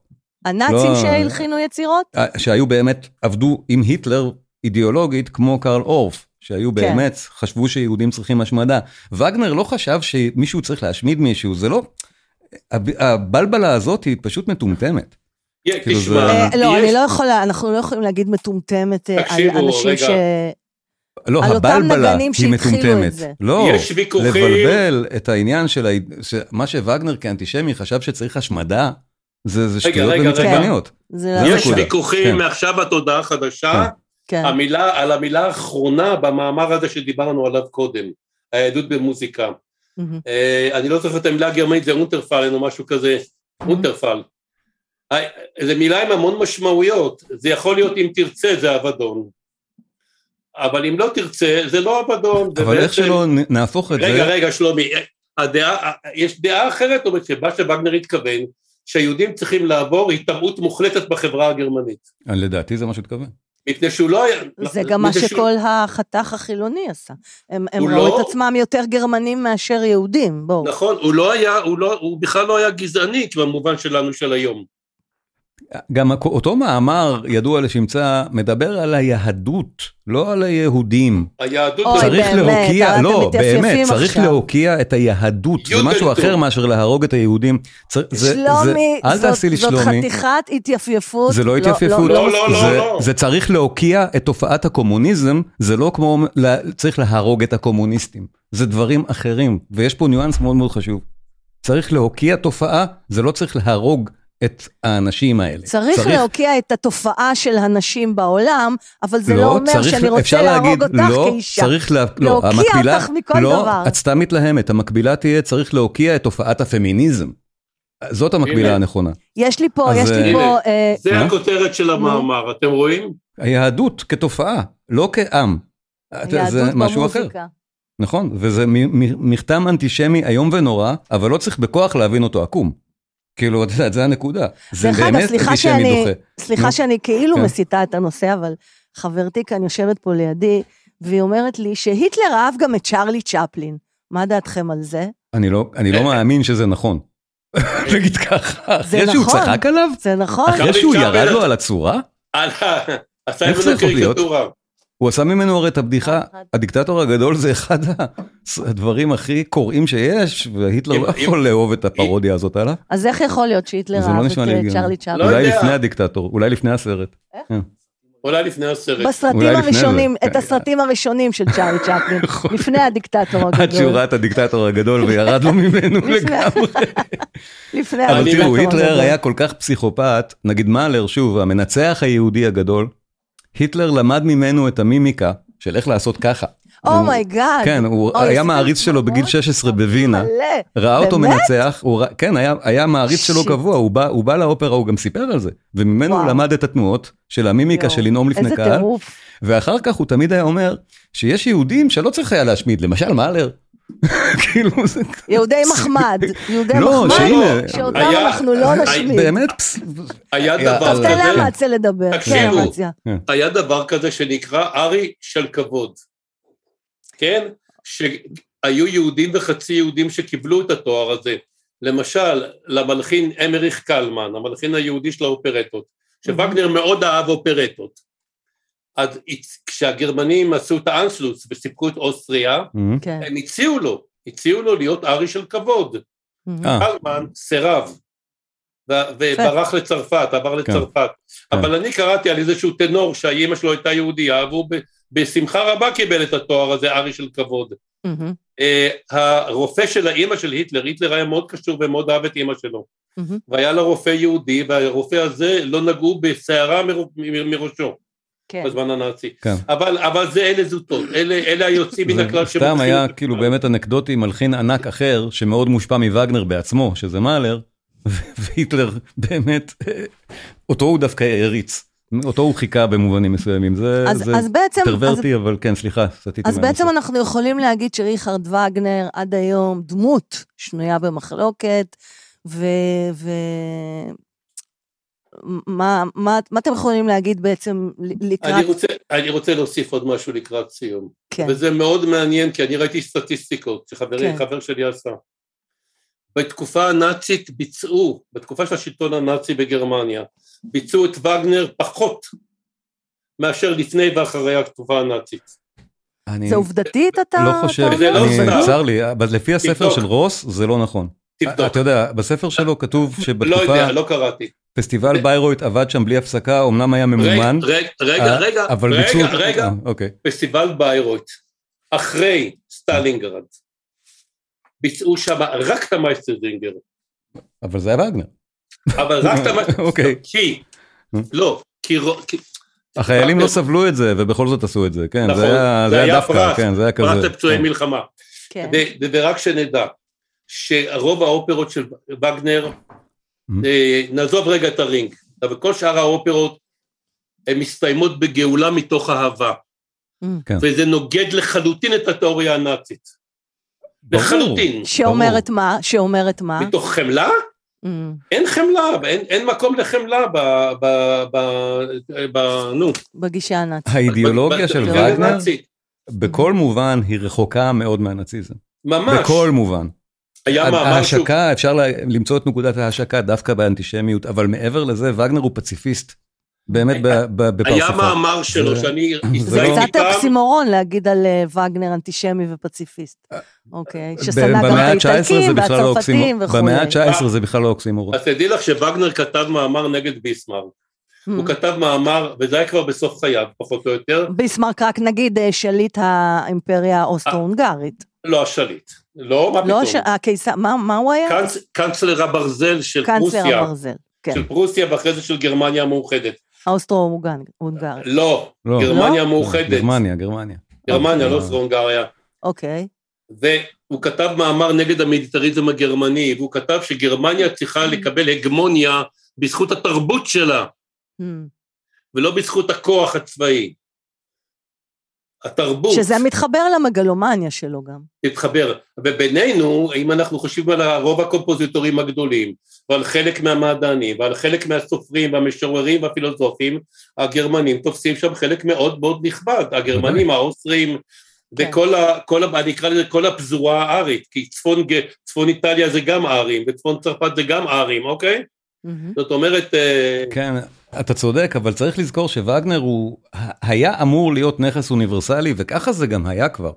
הנאצים
לא.
שהלחינו יצירות?
אה, שהיו באמת, עבדו עם היטלר אידיאולוגית כמו קרל אורף, שהיו
כן.
באמת, חשבו שיהודים צריכים השמדה. וגנר לא חשב שמישהו צריך להשמיד מישהו, זה לא... הב- הבלבלה הזאת היא פשוט מטומטמת.
יא,
כאילו
תשמע,
זה-
אה, לא,
יש-
אני לא יכולה, אנחנו לא יכולים להגיד מטומטמת אה, על
תקשיבו,
אנשים ש...
רגע.
לא,
על אותם
הבלבלה
נגנים
היא
שהתחילו את
מטומטמת.
זה.
לא,
יש ויכוחים.
לבלבל את העניין של ה... ש... מה שווגנר כאנטישמי חשב שצריך השמדה, זה, זה
רגע,
שטויות
רגע,
ומצגניות.
זה
זה
לא
יש
הנקודה. כן.
ויכוחים מעכשיו עד הודעה חדשה,
כן.
אה,
המילה, על המילה האחרונה במאמר הזה שדיברנו עליו קודם, היהדות במוזיקה.
מהמם.
אה, אני לא זוכר את המילה הגרמנית, זה אונטרפלן או משהו כזה,
Mm-hmm.
אונטרפל. אה, זו מילה עם המון משמעויות, זה יכול להיות אם תרצה זה אבדון. אבל אם לא תרצה זה לא אבדון.
כן.
זה
אבל איך
בעצם-
שלא נ- נהפוך את
רגע,
זה,
רגע, שלומי, אה, הדעה, יש דעה אחרת, אומרת שמה שווגנר התכוון, שהיהודים צריכים לעבור היטמעות מוחלטת בחברה הגרמנית.
לדעתי זה מה שהתכוון.
מפני שהוא לא היה...
זה גם מה
מפני שהוא-
שכל החתך החילוני עשה. הם הם
הוא
ראו
לא-
את עצמם יותר גרמנים מאשר יהודים, בואו.
נכון, הוא לא היה, הוא לא, הוא בכלל לא היה גזעני במובן שלנו של היום.
גם הכ- אותו מאמר ידוע לשמצה מדבר על היהדות, לא על היהודים.
היהדות...
אוי,
צריך
באמת, אבל
להוקיע,
אתם
לא,
מתייפייפים
באמת, צריך
עכשיו.
להוקיע את היהדות, זה
יודלטום.
משהו אחר מאשר להרוג את היהודים. צר- זה- זה-
שלומי,
אל
זאת-
תעשי לי
זאת
שלומי.
חתיכת התייפייפות.
זה לא התייפייפות,
לא, לא, לא,
זה-
לא.
זה צריך להוקיע את תופעת הקומוניזם, זה לא כמו, לה- צריך להרוג את הקומוניסטים, זה דברים אחרים, ויש פה ניואנס מאוד מאוד חשוב. צריך להוקיע תופעה, זה לא צריך להרוג את האנשים האלה.
צריך, צריך להוקיע את התופעה של הנשים בעולם, אבל זה לא, אומר
צריך-
שאני
אפשר
רוצה להרוג
להגיד,
אותך
לא,
כאישה.
צריך לה, לא,
להוקיע
המקבילה,
אותך מכל
לא,
דבר.
את סתם מתלהמת, המקבילה תהיה, צריך להוקיע את תופעת הפמיניזם. זאת המקבילה
הנה.
הנכונה.
יש לי פה,
אז,
יש לי
אה,
פה,
הנה.
אה,
זה
מה?
הכותרת של המאמר, אתם רואים?
היהדות כתואה, לא כעם. זה
יהדות
משהו אחר.
במוזיקה.
נכון, וזה מ- מ- מכתם אנטישמי איום ונורא, אבל לא צריך בכוח להבין אותו עקום. כאילו, את יודעת, זה הנקודה. זה
דרך אגב,
באמת
סליחה
אנטישמי
שאני-
דוחה.
סליחה
נו.
שאני כאילו
כן.
מסיטה את הנושא, אבל חברתי כאן יושבת פה לידי, והיא אומרת לי שהיטלר אהב גם את צ'רלי צ'פלין. מה דעתכם על זה?
אני לא, אני לא מאמין שזה נכון. נגיד ככה,
זה
אחרי שהוא
נכון.
צחק עליו?
זה נכון?
אחרי
צ'רלי
שהוא ירד
צ'פלין-
לו על הצורה?
על ה... עשה
איך זה
ממנו
יכול להיות?
קריקטורה.
הוא עשה ממנו הרי את הבדיחה, הדיקטטור הגדול זה אחד הדברים הכי קוראים שיש, והיטלר
אם-
לא
אם-
יכול לאהוב את הפרודיה הזאת עליו.
אז איך יכול להיות שהיטלר
זה לא
אהב את
נשמע לי
אה,
הגיוני.
צ'רלי
לא
צ'פלין?
אולי
יודע.
לפני הדיקטטור, אולי לפני הסרט.
אולי לפני הסרט.
אולי
בסרטים
לפני
הראשונים,
זה. כן. נכון.
את הסרטים הראשונים של צ'רלי צ'פלין, לפני הדיקטטור
עד שהוא
הגדול.
ראה את הדיקטטור הגדול וירד לו ממנו
לפני-
לגמרי.
לפני
אבל
אני
תראו,
הדיקטטור
היטלר
הגדול.
היה כל כך פסיכופת, נגיד מאלר, שוב, המנצח היהודי הגדול, היטלר למד ממנו את המימיקה של איך לעשות ככה.
Oh
הוא-
אומייגאד.
כן, הוא
אוי,
היה
עשיתם
מעריץ שלו בגיל
דמעות?
16 בווינה,
מלא.
ראה אותו
באמת?
מנצח, הוא ראה- כן, היה- היה מעריץ שלו
שיט.
קבוע, הוא בא- הוא בא לאופרה, הוא גם סיפר על זה, וממנו הוא
וואו.
למד את התנועות של המימיקה
יואו,
של לנאום לפני
איזה
קהל,
טירוף.
ואחר כך הוא תמיד היה אומר שיש יהודים שלא צריך היה להשמיד, למשל מאלר. כאילו זה
יהודי מחמד. יהודי
לא,
מחמד,
שהנה-
שאותם
היה-
אנחנו לא
היה-
נשמיד.
באמת פס-
היה
היה-
דבר
אז
אז תן
כן.
כזה,
לאמציה לדבר. כן,
תקשיבו.
אמציה.
היה דבר כזה שנקרא ארי של כבוד. כן? שהיו יהודים וחצי יהודים שקיבלו את התואר הזה. למשל, למלחין אמריך קלמן, המלחין היהודי של האופרטות, שווגנר מאוד אהב אופרטות. אז הצ- כשהגרמנים עשו את האנסלוס וסיפקו את אוסטריה,
כן.
הם הציעו לו, הציעו לו להיות ארי של כבוד.
אה,
קלמן סירב, ו- וברח לצרפת, עבר
כן.
לצרפת. אבל אני קראתי על איזשהו טנור שהאימא שלו הייתה יהודייה, והוא ב- בשמחה רבה קיבל את התואר הזה, ארי של כבוד.
מהמם,
Uh, הרופא של האימא של היטלר, היטלר היה מאוד קשור ומאוד אהב את אימא שלו,
מהמם.
והיה לה רופא יהודי, והרופא הזה לא נגעו בשערה מרו- מ- מראשו
כן.
בזמן הנאצי.
כן.
אבל, אבל זה אלה זוטות, אלה, אלה היוצאים מן הכלל
זה סתם
שמוכיחים
היה
את עצמם.
כאילו באמת אנקדוטי, מלחין ענק אחר, שמאוד מושפע מווגנר בעצמו, שזה מאלר, ו- והיטלר באמת, אותו הוא דווקא העריץ, אותו הוא חיכה במובנים מסוימים, זה
אז-
זה
אז בעצם, אז-
פרוורטי, אבל כן, סליחה, סטיתי.
אז
מהנושא.
בעצם אנחנו יכולים להגיד שריכרד וגנר עד היום דמות שנויה במחלוקת, ו... ו... מה, מה, מה אתם יכולים להגיד בעצם ל- לקראת...
אני רוצה, אני רוצה להוסיף עוד משהו לקראת סיום.
כן.
וזה מאוד מעניין, כי אני ראיתי סטטיסטיקות שחברי,
כן.
כן. חבר שלי עשה. בתקופה הנאצית ביצעו, בתקופה של השלטון הנאצי בגרמניה, ביצעו את וגנר פחות מאשר לפני ואחרי התקופה הנאצית.
אני
זה עובדתית אתה...
לא
אתה
חושב,
זה לא
אני-
סתם.
צר לי, אבל לפי הספר של רוס, זה לא נכון.
תבדוק.
אתה יודע, בספר שלו כתוב
לא
שבתקופה,
יודע, לא קראתי.
פסטיבל ביירויט עבד שם בלי הפסקה, אמנם היה
רגע,
ממומן,
רגע, רגע,
אה,
רגע,
אבל ביצעו...
רגע, רגע,
אה, אוקיי.
פסטיבל ביירויט, אחרי סטלינגרד, ביצעו שם רק את המייסטרדינגר,
אבל זה היה וגנר.
אבל רק את המייסטרדינגר,
אוקיי.
כי, לא, כי רו- כי
החיילים לא סבלו את זה, ובכל זאת עשו את זה, כן,
אה, נכון,
זה היה, זה היה דווקא,
פרס,
כן, זה היה כזה.
פרס לפצועי
כן.
מלחמה.
כן.
ו- ו- ורק שנדע, שרוב האופרות של וגנר,
Mhm.
אה, נעזוב רגע את הרינג, אבל כל שאר האופרות, הן מסתיימות בגאולה מתוך אהבה,
Mm.
כן.
וזה נוגד לחלוטין את התיאוריה הנאצית,
ברור.
לחלוטין.
שאומרת מה? שאומרת מה?
מתוך חמלה?
אמ,
אין חמלה, אין, אין מקום לחמלה ב... ב... ב... ב... נו.
בגישה הנאצית.
האידיאולוגיה
ב- ב-
של
בתיאוריה
וגנר,
הנאצית.
בכל מובן, היא רחוקה מאוד מהנאציזם.
ממש.
בכל מובן.
היה מאמר שהוא...
ההשקה, אפשר לה- למצוא את נקודת ההשקה דווקא באנטישמיות, אבל מעבר לזה, וגנר הוא פציפיסט. באמת ב- ב-
היה
בפרצופה.
מאמר שלו
זה-
שאני
זה
לא-
הזדהיתי
קצת
פעם,
אוקסימורון להגיד על אה, וגנר אנטישמי ופציפיסט.
אה,
אוקיי, ששנא
ב-
גם
במאה
את
ה-19 זה
האיטלקים
בכלל לא
והצרפתים
אוקסימור-
וכולי.
במאה ה-19 זה בכלל לא אוקסימורון.
אז תדעי לך שווגנר כתב מאמר נגד ביסמרק.
אמ.
הוא כתב מאמר, וזה היה כבר בסוף חייו, פחות או יותר,
ביסמרק רק נגיד אה, שליט האימפריה האוסטרו-הונגרית.
לא השליט. לא, מה
לא, ש-
פתאום.
הקיסר, מה מה הוא היה?
קאנצ- קאנצלר הברזל של
קאנצלר
פרוסיה,
הברזל. כן,
של פרוסיה ואחרי זה של גרמניה המאוחדת.
האוסטרו-הונגרית.
לא,
לא.
גרמניה
לא?
המאוחדת.
גרמניה, גרמניה.
גרמניה, לא
אה.
אוסטרו הונגריה.
אוקיי.
והוא כתב מאמר נגד המיליטריזם הגרמני, והוא כתב שגרמניה צריכה
Mm.
לקבל הגמוניה בזכות התרבות שלה,
אמ.
ולא בזכות הכוח הצבאי. התרבות
שזה מתחבר למגלומניה שלו גם.
תתחבר. ובינינו, אם אנחנו חושבים על רוב הקומפוזיטורים הגדולים, ועל חלק מהמדענים, ועל חלק מהסופרים והמשוררים והפילוסופים, הגרמנים תופסים שם חלק מאוד מאוד נכבד. הגרמנים, האוסטרים,
כן.
וכל ה... כל ה... אני אקרא לזה כל הפזורה הארית, כי צפון, ג- צפון איטליה זה גם ארים, וצפון צרפת זה גם ארים, אוקיי?
אמ.
זאת אומרת, אה,
כן, אתה צודק, אבל צריך לזכור שווגנר הוא היה אמור להיות נכס אוניברסלי, וככה זה גם היה כבר.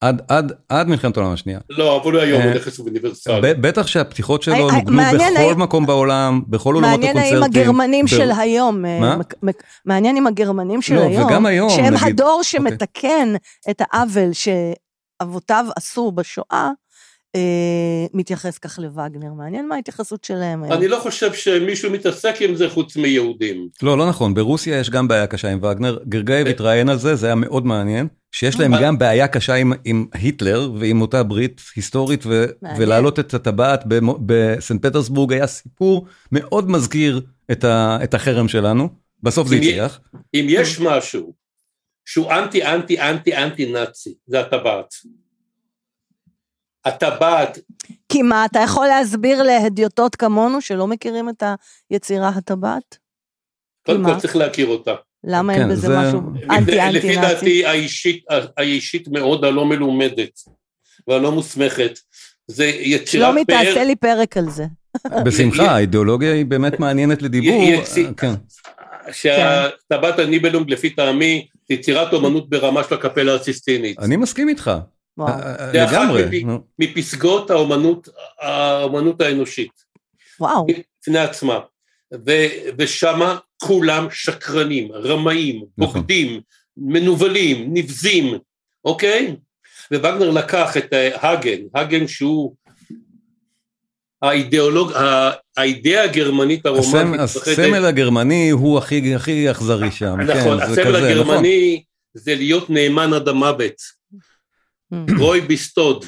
עד, עד, עד מלחמת העולם השנייה.
לא, אבל הוא היום הוא
אה,
נכס אוניברסלי.
ב, בטח שהפתיחות שלו
הי- הי-
נוגנו
אה, מעניין,
בכל
הי-
מקום בעולם, בכל עולמות
מעניין האם
הקונצרטים.
הגרמנים
ב-
של היום, אה,
מה?
מק- מק- מעניין אם הגרמנים של
לא,
היום,
וגם היום,
שהם
נגיד. אוקיי.
הדור שמתקן את העוול שאבותיו עשו בשואה, אה, מתייחס כך לווגנר. מעניין מה ההתייחסות שלהם אה. היום.
אני לא חושב שמישהו מתעסק עם זה חוץ מיהודים.
לא, לא נכון, ברוסיה יש גם בעיה קשה עם וגנר. גרגייב התראיין על זה, זה היה מאוד מעניין, שיש להם
אה.
גם בעיה קשה עם, עם היטלר ועם אותה ברית היסטורית, ו,
מעניין.
ולהעלות את הטבעת במו- בסנט פטרסבורג היה סיפור מאוד מזכיר את, ה, את החרם שלנו. בסוף זה
אם י-
הצליח.
אם יש
אוקיי.
משהו שהוא אנטי אנטי אנטי אנטי נאצי, זה הטבעת. הטבעת,
כי מה, אתה יכול להסביר להדיוטות כמונו שלא מכירים את היצירה הטבעת?
קודם
מה?
כל צריך להכיר אותה.
למה
כן,
אין בזה
זה-
משהו
לפי-
אנטי
לפי
אנטי נאצי?
דעתי האישית, האישית מאוד הלא מלומדת והלא מוסמכת, זה יצירת
שלומי,
פאר-
תעשה לא לי פרק על זה.
בשמחה,
י-
האידיאולוגיה היא באמת מעניינת לדיבור.
י- יצי-
כן.
שהטבעת הניבלונג לפי טעמי, זה יצירת
אוקיי.
אומנות ברמה של הקפלה הסיסטינית.
אני מסכים איתך,
וואו.
אה, אה,
זה אחת
לגמרי.
מפי-
נו.
מפסגות האומנות, האומנות האנושית.
וואו.
בפני עצמה. ו, ושמה כולם שקרנים, רמאים,
נכון.
בוגדים, מנוולים, נבזים, אוקיי? ווגנר לקח את הגן, הגן שהוא האידיאולוג, האידאה הגרמנית הרומנית.
הסמל, הסמל הגרמני הוא הכי, הכי אכזרי שם.
נכון,
כן, זה
הסמל
כזה, נכון.
הגרמני זה להיות נאמן עד המוות. רוי ביסטוד.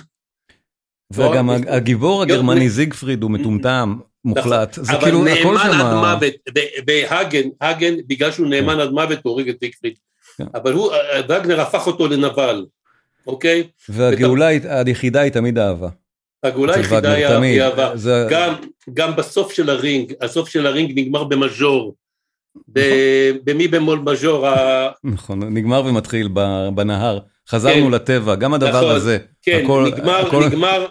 נכון? וגם הג- הגיבור הגרמני זיגפריד הוא מטומטם מוחלט. זה
נכון. אבל
כאילו הכל
נאמן עד
שם...
מוות, ו- והגן, הגן, בגלל שהוא נאמן עד מוות, הוא הורג את זיגפריד.
כן.
אבל הוא, וגנר הפך אותו לנבל, אוקיי?
והגאולה היא- היחידה היא תמיד אהבה.
הגאולה
אצל
היחידה
וגנר,
היא
תמיד. אה,
אהבה.
זה-
גם, גם בסוף של הרינג, הסוף של הרינג נגמר במז'ור. ב- במי במול מז'ור, ה-
נכון, נגמר ומתחיל ב- בנהר. חזרנו
כן.
לטבע, גם הדבר
נכון,
הזה.
כן,
הכל- הכל-
נגמר, נגמר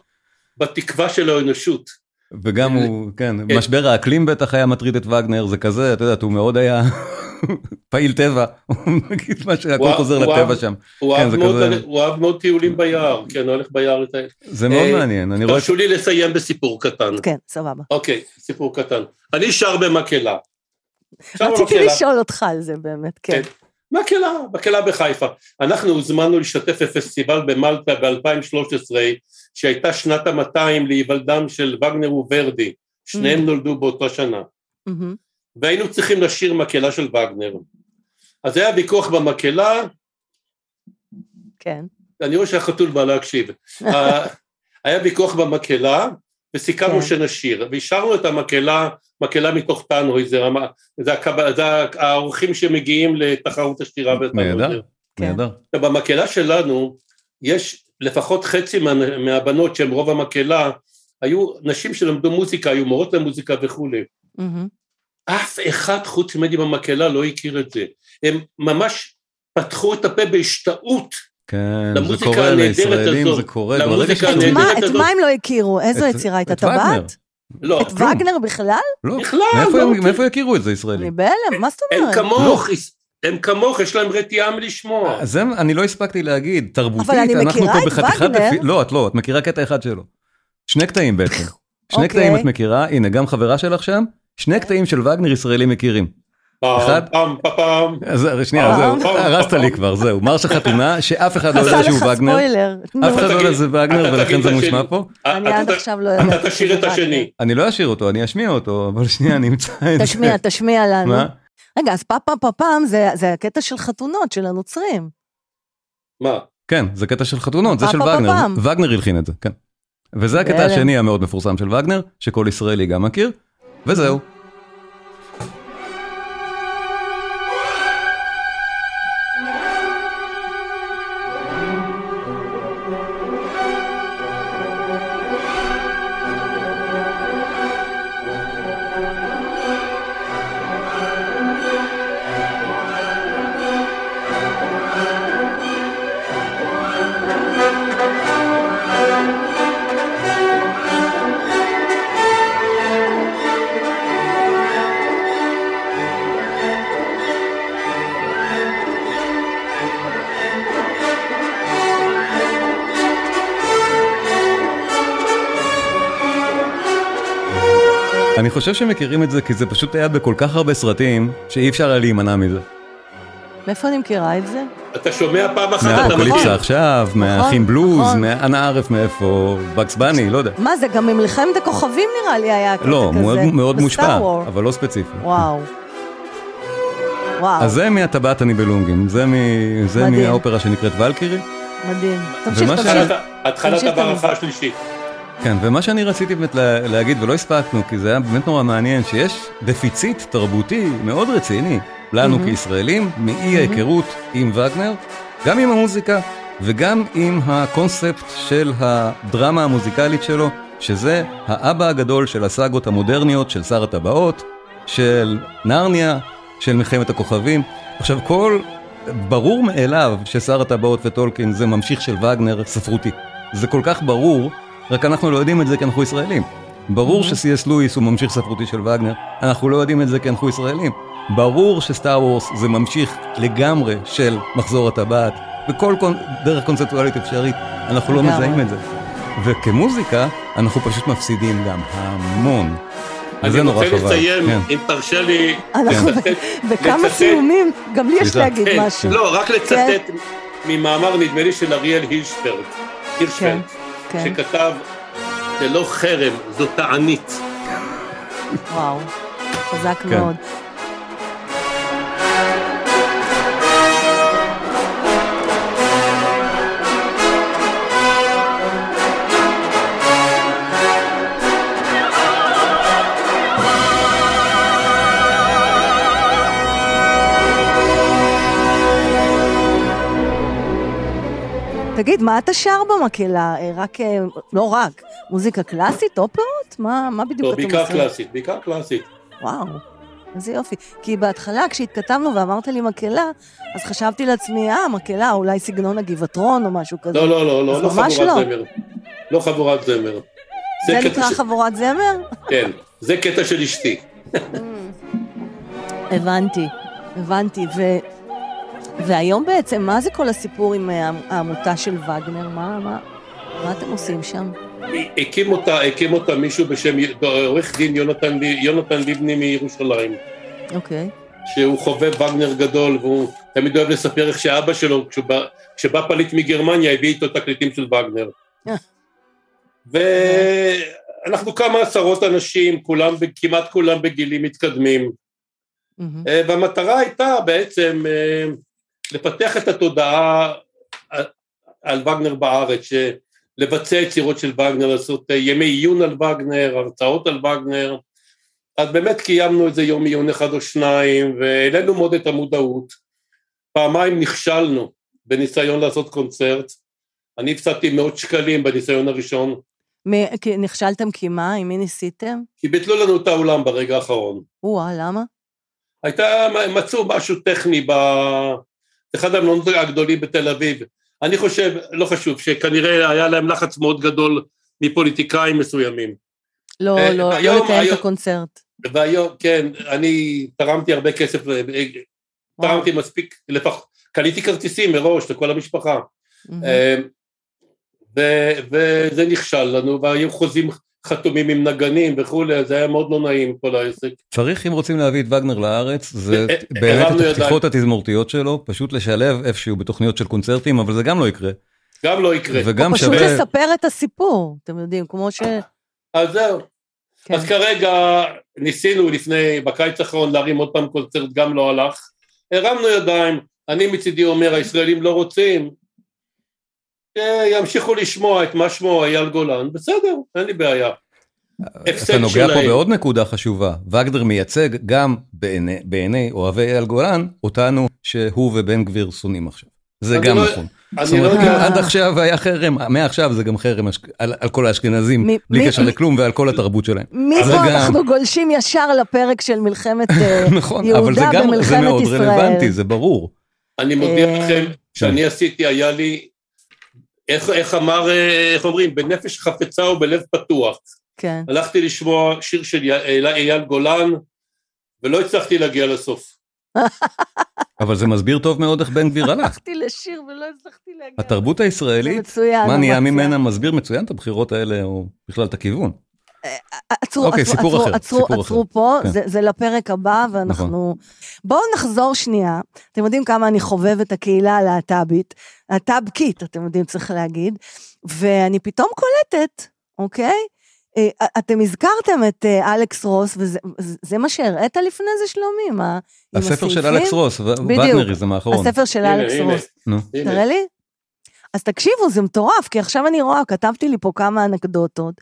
בתקווה של האנושות.
וגם הוא, כן,
כן.
משבר האקלים בטח היה מטריד את וגנר, זה כזה, את יודעת, הוא מאוד היה פעיל טבע, הוא נגיד מה שהכל
וואו,
חוזר
וואו.
לטבע שם.
הוא
כן,
אהב
זה
מאוד
כזה-
ללכת- הוא אהב מאוד טיולים ביער, כן, הוא הולך ביער לטייל.
זה מאוד
אה,
מעניין, אני רואה...
תרשו לי לסיים בסיפור קטן.
כן, סבבה.
אוקיי, סיפור קטן. אני שר במקהלה. שר
רציתי
במקהלה.
לשאול אותך על זה באמת, כן.
לא כן. מקהלה, מקהלה בחיפה. אנחנו הוזמנו להשתתף בפסטיבל במלטה ב-2013, שהייתה שנת ה-200 להיוולדם של וגנר וורדי.
Mm.
שניהם נולדו באותה שנה.
מהמם.
והיינו צריכים לשיר מקהלה של וגנר. אז היה ויכוח במקהלה,
כן.
אני רואה שהחתול בא להקשיב. אה, היה ויכוח במקהלה, וסיכמנו
כן.
שנשיר, והשארנו את המקהלה, מקהלה מתוך טנוי, זה, רמה- זה, הקב- זה האורחים שמגיעים לתחרות השירה
נהדר.
בטנוי.
כן.
נהדר.
במקהלה שלנו יש לפחות חצי מה, מהבנות שהן רוב המקהלה, היו נשים שלמדו מוזיקה, היו מורות למוזיקה וכולי.
מהמם.
אף אחד חוץ ממני במקהלה לא הכיר את זה. הם ממש פתחו את הפה בהשתאות
כן, זה
למוזיקה
קורה
הנהדרת
לישראלים,
הזאת,
זה קורה.
למוזיקה
ברגע שאתה-
את
הנהדרת
מה- את
הזאת.
מה הם לא הכירו? איזו
את-
יצירה הייתה
את וגנר.
טבעת?
לא,
את וגנר בכלל?
לא,
בכלל,
מאיפה
לא
הם-
מכיר.
מאיפה יכירו את זה ישראלים?
אני בהלם, מה זאת
הם
אומרת?
כמוך, הם כמוך, יש להם רתיעם לשמוע.
לא. אז זה, אני לא הספקתי להגיד, תרבותית,
אבל אני
אנחנו
מכירה
פה
את
בחתיכת...
וגנר.
אפי- לא, את לא, את מכירה קטע אחד שלו. שני קטעים בעצם. שני
אוקיי.
קטעים את מכירה, הנה, גם חברה שלך שם, שני קטעים של וגנר ישראלים מכירים.
פעם,
אחד.
פעם, פעם, פעם.
אז שנייה,
פעם.
זהו, הרסת לי כבר, זהו. מרש החתונה, שאף אחד לא
עשה
יודע שהוא
לך
וגנר,
ספוילר. נו,
אף אחד לא אה, יודע
תגיד,
שזה וגנר
אתה
ולכן
תגיד
זה
את השני.
מושמע פה.
אני
אתה-
עד עכשיו לא יודעת.
אתה תשאיר את
שזה
השני.
אני לא אשאיר אותו, אני אשמיע אותו, אבל שנייה, אני אמצא את
וגנר.
זה.
תשמיע, תשמיע לנו.
מה?
רגע, אז פעם פעם פעם פעם זה- זה הקטע של חתונות של הנוצרים.
מה?
כן, זה קטע של חתונות, זה
פם,
של
פם,
וגנר,
פם.
וגנר הלחין את זה, כן. וזה הקטע
בהלם.
השני המאוד מפורסם של וגנר, שכל ישראלי גם מכיר, וזהו. אני חושב שמכירים את זה כי זה פשוט היה בכל כך הרבה סרטים, שאי אפשר היה להימנע מזה.
מאיפה אני מכירה את זה?
אתה שומע פעם אחת, אתה
מהאפוקליפסה
מכיר.
עכשיו, מהאחים בלוז,
נכון.
מאנה ערף מאיפה, בקס בני, לא יודע.
מה זה, גם ממלחמת הכוכבים נראה לי היה הקטע כזה.
לא, מאוד- מאוד
בסטאר
מושפע,
וור.
אבל לא ספציפי.
וואו. וואו,
אז זה מהטבעת אני בלונגים, זה מ- זה
מדהים.
מהאופרה שנקראת ולקירי.
מדהים. תמשיך,
ומה
תמשיך.
התחלת- התחלת
תמשיך,
הברכה
תמשיך.
השלישית.
כן, ומה שאני רציתי באמת לה, להגיד ולא הספקנו, כי זה היה באמת נורא מעניין, שיש דפיציט תרבותי מאוד רציני לנו mm-hmm. כישראלים, מאי ההיכרות עם וגנר, גם עם המוזיקה וגם עם הקונספט של הדרמה המוזיקלית שלו, שזה האבא הגדול של הסאגות המודרניות של שר הטבעות, של נרניה, של מלחמת הכוכבים. עכשיו, כל ברור מאליו ששר הטבעות וטולקין זה ממשיך של וגנר ספרותי. זה כל כך ברור, רק אנחנו לא יודעים את זה כי אנחנו ישראלים. ברור ש-C.S. לואיס הוא ממשיך ספרותי של וגנר, אנחנו לא יודעים את זה כי אנחנו ישראלים. ברור שסטאר וורס זה ממשיך לגמרי של מחזור הטבעת, בכל קונ... דרך קונספטואלית אפשרית, אנחנו לא
לגמרי.
מזהים את זה. וכמוזיקה, אנחנו פשוט מפסידים גם המון.
אני
זה נורא
רוצה
חבל,
לסיים,
כן.
אם תרשה לי,
אנחנו
לצטט-
בכמה
לצטט-
סיומים, גם לי יש
סליחה.
להגיד
כן,
משהו.
לא, רק לצטט ממאמר, נדמה לי, של אריאל הירשפלד, הירשפלד,
כן,
שכתב, זה לא חרם, זו תענית.
וואו, חזק
כן.
מאוד. תגיד, מה אתה שר במקהלה? אה, רק, אה, לא רק, מוזיקה קלאסית, אופרות? מה, מה בדיוק
לא,
אתם
בעיקר
עושים?
קלאסית, בעיקר קלאסית.
וואו, איזה יופי. כי בהתחלה, כשהתכתבנו ואמרת לי מקהלה, אז חשבתי לעצמי, אה, מקהלה, אולי סגנון הגבעתרון או משהו כזה.
לא, לא, לא, לא,
אז
לא
ממש
חבורת
לא.
זמר. לא חבורת זמר.
זה
קטע
נקרא
ש-
חבורת זמר?
כן, זה קטע של אשתי.
הבנתי, הבנתי. ו... והיום בעצם, מה זה כל הסיפור עם אה, העמותה של וגנר? מה, מה, מה אתם עושים שם?
הקים אותה, הקים אותה מישהו בשם י- עורך דין יונתן, לי- יונתן לבני מירושלים,
אוקיי.
שהוא חובב וגנר גדול, והוא תמיד אוהב לספר איך שאבא שלו, כשהוא בא- כשבא פליט מגרמניה, הביא איתו תקליטים של וגנר.
אה.
ואנחנו כמה עשרות אנשים, כולם, ב- כמעט כולם בגילים מתקדמים,
מהמם.
אה, והמטרה הייתה בעצם אה, לפתח את התודעה על- על וגנר בארץ, ש- לבצע יצירות של וגנר, לעשות אה, ימי עיון על וגנר, הרצאות על וגנר. אז באמת קיימנו איזה יום עיון אחד או שניים, והעלינו מאוד את המודעות. פעמיים נכשלנו בניסיון לעשות קונצרט. אני הפסדתי מאות שקלים בניסיון הראשון,
מ- כי נכשלתם כי מה? עם מי ניסיתם?
כי ביטלו לנו את האולם ברגע האחרון.
או-אה, למה?
הייתה, מצאו משהו טכני ב... אחד המלונות הגדולים בתל אביב. אני חושב, לא חשוב, שכנראה היה להם לחץ מאוד גדול מפוליטיקאים מסוימים.
לא,
אה,
לא, לא
היום-
לקיים את
היום-
הקונצרט.
והיום, כן, אני תרמתי הרבה כסף, אה, תרמתי מספיק, לפח... קניתי כרטיסים מראש לכל המשפחה.
מהמם.
אה, ו, וזה נכשל לנו, והיו חוזים חתומים עם נגנים וכולי, אז זה היה מאוד לא נעים כל העסק.
צריך אם רוצים להביא את וגנר לארץ זה
אה,
באמת
הרמנו
את
ידיים.
הפתיחות התזמורתיות שלו פשוט לשלב איפשהו בתוכניות של קונצרטים אבל זה גם לא יקרה
גם לא יקרה.
וגם
או פשוט
שווה
לספר את הסיפור, אתם יודעים, כמו ש...
אז זהו.
כן.
אז כרגע ניסינו לפני, בקיץ האחרון להרים עוד פעם קונצרט, גם לא הלך. הרמנו ידיים, אני מצידי אומר, הישראלים לא רוצים, שימשיכו לשמוע את מה שמו אייל גולן, בסדר, אין לי בעיה. הפסד
אתה נוגע פה
שלהם.
בעוד נקודה חשובה וגנר מייצג גם בעיני, בעיני אוהבי אייל גולן אותנו שהוא ובן גביר שונאים עכשיו זה
אני
גם
לא-
נכון. זאת
אני לא
אומרת, אה, אם
יודע,
עד עכשיו היה חרם, מעכשיו זה גם חרם אשכ- על על כל האשכנזים,
מי-
בלי
מי-
קשר לכלום ועל כל התרבות שלהם. אבל
מפה
גם-
אנחנו גולשים ישר לפרק של מלחמת אה,
נכון, אבל זה
יהודה
גם, זה מאוד
במלחמת ישראל.
רלוונטי, זה ברור.
אני מודיע
אה,
לכם שאני
כן.
עשיתי, היה לי, איך- איך אמר, אה, איך אומרים, בנפש חפצה ובלב פתוח.
כן,
הלכתי לשמוע שיר של יא- אייל- אייל גולן, ולא הצלחתי להגיע לסוף.
אבל זה מסביר טוב מאוד איך בן גביר הלך.
הלכתי לשיר ולא הצלחתי להגיע.
התרבות
זה
הישראלית,
מצוין.
מה
הוא
נהיה
מצוין.
ממנה, מסביר מצוין את הבחירות האלה, או בכלל את הכיוון.
אה, עצרו,
אוקיי,
עצרו,
סיפור
עצרו,
אחר,
עצרו,
סיפור
עצרו פה,
כן. נכון.
זה, זה לפרק הבא, ואנחנו... בואו נחזור שנייה. אתם יודעים כמה אני חובבת הקהילה הלהט"בית, להט"בקית, אתם יודעים, צריך להגיד, ואני פתאום קולטת, אוקיי? אה, אתם הזכרתם את אה, אלכס רוס, וזה זה מה שהראית לפני זה, שלומי, מה? עם
הספר של
הסעיפים?
אלכס רוס, ו-
בדיוק.
וגנריזם האחרון.
הספר של
הנה,
אלכס
הנה.
רוס.
נו.
הנה.
תראה לי. אז תקשיבו, זה מטורף, כי עכשיו אני רואה, כתבתי לי פה כמה אנקדוטות,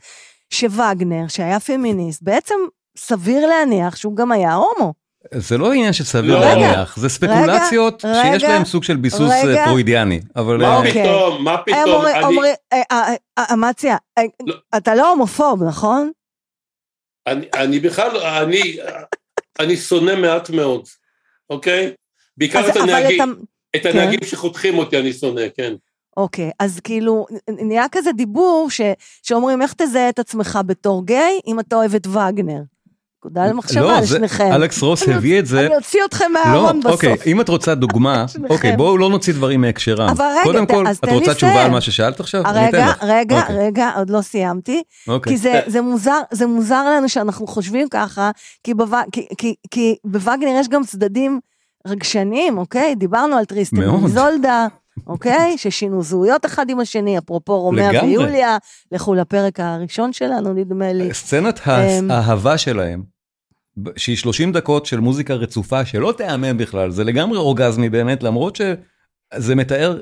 שווגנר, שהיה פמיניסט, בעצם סביר להניח שהוא גם היה הומו.
זה לא עניין שסביר
רגע,
להניח, זה ספקולציות
רגע,
שיש להן סוג של ביסוס אה,
רגע.
פרוידיאני. אבל
מה
אה,
אוקיי.
פתאום, מה
הם
פתאום,
אומרים-
אני-
אומרים, אה, אה, אה, אמציה, אה,
לא.
אתה לא הומופוב, נכון?
אני- אני בכלל, לא- אני אני שונא מעט מאוד, אוקיי? בעיקר
אז-
את הנהגים,
אתה...
את הנהגים שחותכים אותי אני שונא, כן.
אוקיי, אז כאילו, נ- נהיה כזה דיבור ש, שאומרים, איך תזהה את עצמך בתור גיי אם אתה אוהב את וגנר?
לא,
נקודה למחשבה
זה-
לשניכם.
אלכס רוס
אני
הביא את זה.
אני אוציא אתכם
לא,
מהארון בסוף.
אוקיי, אם את רוצה דוגמה,
שניכם.
אוקיי, בואו לא נוציא דברים מהקשרם.
אבל רגע,
קודם
ת-
כל,
אז
את
תן לי
רוצה תשובה
לסיים.
על מה ששאלת עכשיו? אני אתן
רגע,
לך.
רגע,
אוקיי,
רגע, עוד לא סיימתי.
אוקיי.
כי זה, זה, מוזר, זה מוזר לנו שאנחנו חושבים ככה, כי, בו, כי, כי, כי בווגנר יש גם צדדים רגשניים, אוקיי? דיברנו על טריסטן
מאוד.
וזולדה, אוקיי? ששינו זהויות אחד עם השני, אפרופו רומאה
לגמרי.
ויוליה, לכו לפרק הראשון שלנו, נדמה
אה,
לי.
סצנת
אמ,
האהבה שלהם, ב- שהיא 30 דקות של מוזיקה רצופה שלא תיאמן בכלל, זה לגמרי אורגזמי באמת, למרות שזה מתאר
והיא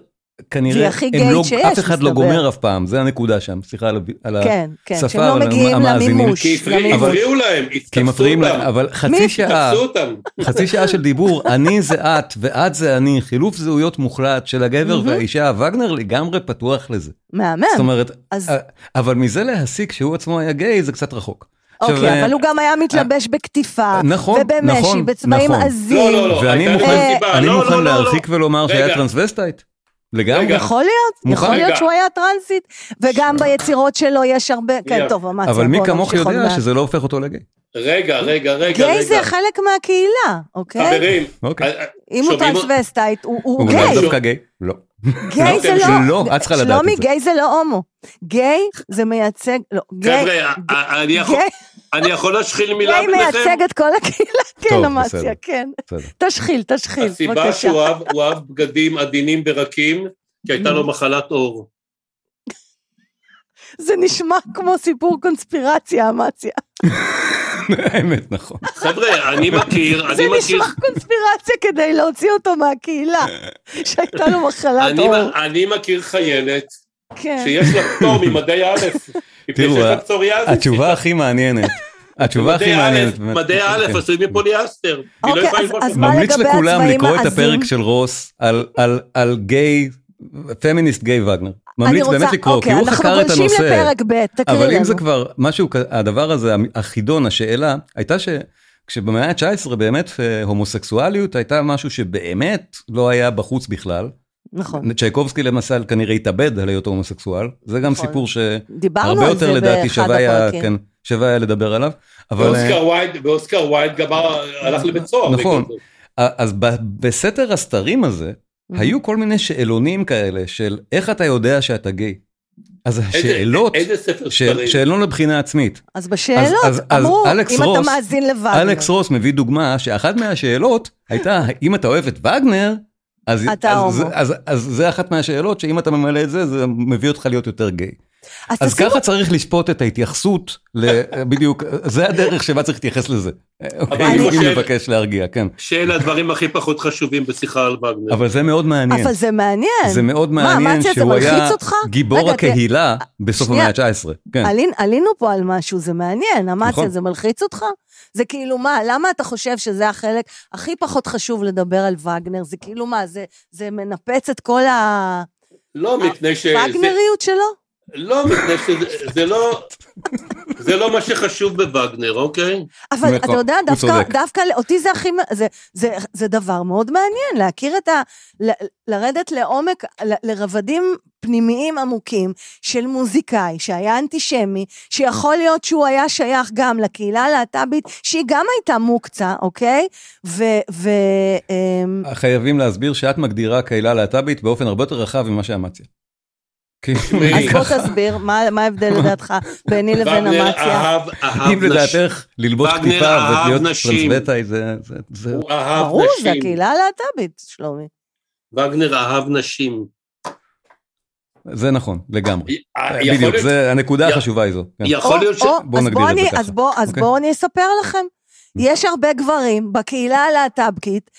כנראה,
הכי
הם
גאית
לא-
שיש,
אף אחד לא
מסתבר.
גומר אף פעם, זה הנקודה שם, סליחה על ה- על ה...
כן, כן,
שפה,
שהם
אבל
לא מגיעים
המאזינים-
למימוש.
כי הפריעו-
למימוש.
אבל-
הפריעו להם,
כי
התפסו
מפריעים להם,
אותם,
אבל
מי?
חצי שעה,
תפסו אותם.
חצי שעה של דיבור, אני זה את ואת זה אני, חילוף זהויות מוחלט של הגבר
מהמם.
והאישה, וגנר לגמרי פתוח לזה. זאת
מהמם.
אומרת,
אז
אה, אבל מזה להסיק שהוא עצמו היה גיי זה קצת רחוק. עכשיו,
אוקיי,
אה,
אבל הוא גם היה מתלבש בכתיפה,
נכון,
ובמשי,
נכון,
בצבעים
נכון.
עזים.
לא, לא, לא.
ואני
הייתה לזה
מוכן-
סיבה.
אני
לא,
מוכן
לא, לא,
להרחיק ולומר שהיה
רגע.
טרנסווסטייט. לגמרי.
רגע.
יכול להיות, יכול
מוכן.
להיות
רגע.
שהוא היה טרנסית, וגם ביצירות שלו יש הרבה, כן,
שנייה.
טוב, אמציה,
אבל מי כמוך יודע
שזה...
שזה לא הופך אותו לגיי.
רגע, רגע, רגע,
גיי זה
רגע.
חלק מהקהילה, אוקיי?
חברים,
אוקיי.
אה, אה,
אם הוא
שומעים-
טרנסווסטייט, הוא- הוא
הוא גם
גיי,
שוב.
דווקא גיי. לא.
גיי זה לא...
לא, את צריכה לדעת את
שלומי,
זה.
גיי זה לא הומו. גיי זה מייצג, לא, גיי,
חבר'ה, אה, אה, אני יכול-
גיי-
אני יכול להשחיל מילה
גיי
ביניכם?
מייצג את כל הקהילה, כן,
טוב,
אמציה,
בסדר.
כן.
בסדר.
תשחיל, תשחיל,
הסיבה
בבקשה.
שהוא אהב- הוא אהב בגדים עדינים ברקים, כי הייתה לו מחלת עור.
זה נשמע כמו סיפור קונספירציה, אמציה.
האמת, נכון.
חבר'ה, אני מכיר,
זה
אני מכיר,
נשמע קונספירציה כדי להוציא אותו מהקהילה, שהייתה לו מחלת
אני-
עור.
אני מכיר חיילת
כן.
שיש לה פטור ממדעי א', מפני
תראו,
שיש לה
ה-
פסוריאזיס.
התשובה הכי מעניינת. התשובה הכי
מדעי א',
מעניינת. באמת.
מדעי
כן.
א', עשויים מפוליאסטר. היא לא
אוקיי,
יכולה
אז-
ללבוש
אז
אותם.
מה
ממליץ
לגבי
לכולם
הצבעים
לקרוא את
העזים?
הפרק של רוס על- על- על גיי, פמיניסט גיי וגנר.
אני
ממליץ
רוצה-
באמת לקרוא, כי
אוקיי,
הוא חקר את הנושא.
אנחנו גולשים לפרק ב', תקריא לנו.
אבל אם זה כבר משהו, כ- הדבר הזה, המ- החידון, השאלה, הייתה שכשבמאה ה-19 באמת אה, הומוסקסואליות הייתה משהו שבאמת לא היה בחוץ בכלל.
נכון.
צ'ייקובסקי למעשה כנראה התאבד על היותו הומוסקסואל, זה גם
נכון.
סיפור שהרבה
דיברנו על זה
יותר לדעתי
באחד
שווה היה,
הפרקים.
כן, שווה היה לדבר עליו. אבל אה,
ואוסקר וייד, ואוסקר וייד גם הלך לבית סוהר.
נכון.
בגלל זה.
אז ב- בסתר הסתרים הזה,
Mm-hmm.
היו כל מיני שאלונים כאלה של איך אתה יודע שאתה גיי. אז
איזה-
השאלות,
איזה ספר
שאל-
ספרים.
שאלון לבחינה עצמית.
אז בשאלות,
אז- אז
אמרו,
אלכס
אם אתה
רוס-
מאזין לבד.
אלכס רוס מביא דוגמה שאחת מהשאלות הייתה אם אתה אוהב את וגנר אז,
אתה
אז,
הומו.
אז, אז, אז זה אחת מהשאלות שאם אתה ממלא את זה זה מביא אותך להיות יותר גיי.
אז
אז
תשימו,
ככה צריך לשפוט את ההתייחסות ל... בדיוק זה הדרך שבה צריך להתייחס לזה. אוקיי,
אני
אם
חושב-
נבקש להרגיע כן
שאלה הדברים הכי פחות חשובים בשיחה על וגנר.
אבל זה מאוד מעניין.
אבל זה מעניין.
זה מאוד
מה,
מעניין
אמציה, זה
שהוא
מלחיץ
היה
אותך?
גיבור
רגע, ת-
הקהילה בסוף
שנייה.
המאה ה-19. כן.
עלין, עלינו פה על משהו, זה מעניין. אמציה,
נכון.
זה מלחיץ אותך? זה כאילו מה, למה אתה חושב שזה החלק הכי פחות חשוב לדבר על וגנר? זה כאילו מה, זה, זה מנפץ את כל
לא מפני ש... זה-
הווגנריות שלו?
לא מפני שזה זה לא... זה לא מה שחשוב בווגנר, אוקיי?
אבל
נכון,
אתה יודע,
הוא
דווקא,
צודק.
דווקא אותי זה הכי, מ- זה, זה, זה דבר מאוד מעניין, להכיר את ה... ל, לרדת לעומק, ל, לרבדים פנימיים עמוקים של מוזיקאי שהיה אנטישמי, שיכול להיות שהוא היה שייך גם לקהילה הלהט"בית, שהיא גם הייתה מוקצה, אוקיי? ו... ו אמ,
חייבים להסביר שאת מגדירה קהילה להט"בית באופן הרבה יותר רחב ממה שאמציה. כאילו,
תשמעי,
אז
אני
בוא
ככה-
תסביר, מה מה ההבדל לדעתך ביני לבין
וגנר
אמציה?
אהב,
אם
אהב נשים.
לדעתך ללבוש
וגנר
כתיפה
אהב
ולהיות
נשים.
טרנסווטאי זה... זה- זה-
הוא אהב
ברור, זה
אה, נשים.
הקהילה הלהט"בית, שלומי.
וגנר אהב נשים.
זה נכון, לגמרי.
אה, יכול
בדיוק,
להיות-
זה הנקודה
י-
החשובה היא זו. כן.
יכול
או-
להיות ש...
או,
בוא
אז
נגדיר את זה
אני-
ככה.
אז בואו אז
אוקיי. Mm-hmm.
בואו אני אספר לכם. יש הרבה גברים בקהילה הלהט"בקית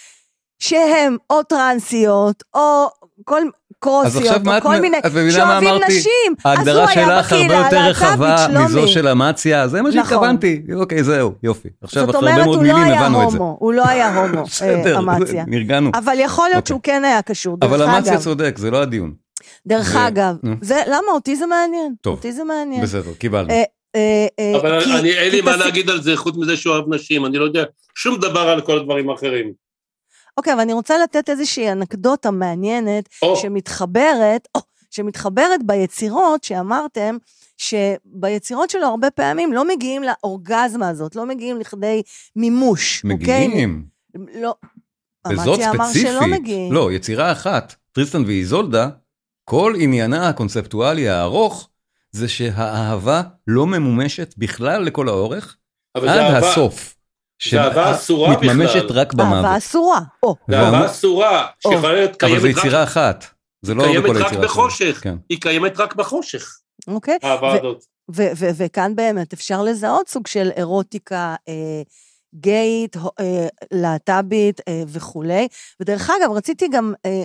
שהם או טרנסיות, או כל קרוסיות,
עכשיו
או
מה את
כל
מ-
מיני,
את מבינה מה
שאוהבים
אמרתי?
נשים. אז הוא
ההגדרה
היה
שלך הרבה
בקהילה
יותר רחבה
הלהט"בית,
מזו
שלומי.
של אמציה, זה מה
נכון.
שהתכוונתי. אוקיי, זהו, יופי. עכשיו,
זאת
אחרי הרבה
אומרת,
מאוד
הוא לא
מילים
היה
הבנו את זה.
הומו, הוא לא היה הומו, אה,
בסדר,
אמציה.
נרגענו.
אבל יכול להיות
אוקיי.
שהוא כן היה קשור, דרך
אבל אמציה
אגב.
צודק, זה לא הדיון.
דרך
זה-
אגב,
נו.
זה, למה אותי זה מעניין?
טוב.
אותי זה מעניין.
בסדר, קיבלנו.
אה, אה, אה,
אבל
כי-
אני, אין לי
כי
מה
תס-
להגיד על זה, חוץ מזה שהוא אוהב נשים, אני לא יודע שום דבר על כל הדברים האחרים.
אוקיי, אבל אני רוצה לתת איזושהי אנקדוטה מעניינת
או,
שמתחברת, או, שמתחברת ביצירות שאמרתם, שביצירות שלו הרבה פעמים לא מגיעים לאורגזמה הזאת, לא מגיעים לכדי מימוש,
מגיעים.
אוקיי? לא,
וזאת
אמרתי, אמר
ספציפית.
שלא מגיעים.
לא, יצירה אחת, טריסטן ואיזולדה, כל עניינה הקונספטואלי הארוך, זה שהאהבה לא ממומשת בכלל לכל האורך,
אבל זה
עד
אהבה,
הסוף.
זה אהבה אסורה
מתממשת
בכלל.
רק
אהבה
במוות.
אסורה. או,
זה
ואומר-
אהבה אסורה,
או.
שיכולה להיות
אבל זו
קיימת רק-
יצירה אחת. זה לא
קיימת
בכל
רק
היצירה שלו.
בחושך.
כן.
היא קיימת רק בחושך,
אוקיי?
האהבה
ו-
הזאת.
ו- ו- וכאן באמת אפשר לזהות סוג של אירוטיקה אה, גייט, הו- אה, להט"בית אה, וכולי. ודרך אגב, רציתי גם, אה,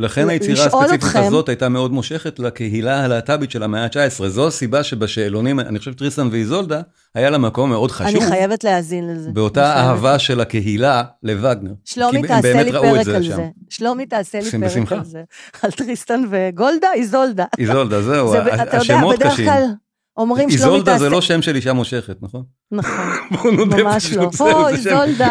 לכן
ל-
היצירה
לשאול
הספציפית
אתכם-
הזאת הייתה מאוד מושכת לקהילה הלהט"בית של המאה ה-19. זו הסיבה שבשאלונים, אני חושב שטריסטן ואיזולדה, היה לה מקום מאוד חשוב
אני חייבת להאזין לזה. אני
באותה
חייבת.
אהבה של הקהילה לווגנר.
שלומי,
כי הם
תעשה
באמת
לי
ראו את
פרק
זה
על
שם.
זה. שלומי, תעשה לי
בשמחה.
פרק על זה. על טריסטן וגולדה, איזולדה.
איזולדה, זהו,
זה-
ה-
אתה יודע,
לא, השמות
בדרך
קשים.
כלל אומרים שלומי
איזולדה זה
תעשה...
לא שם של אישה מושכת, נכון?
נכון,
בוא נודה
ממש
פשוט,
לא.
זהו,
או
זה שם.
איזולדה,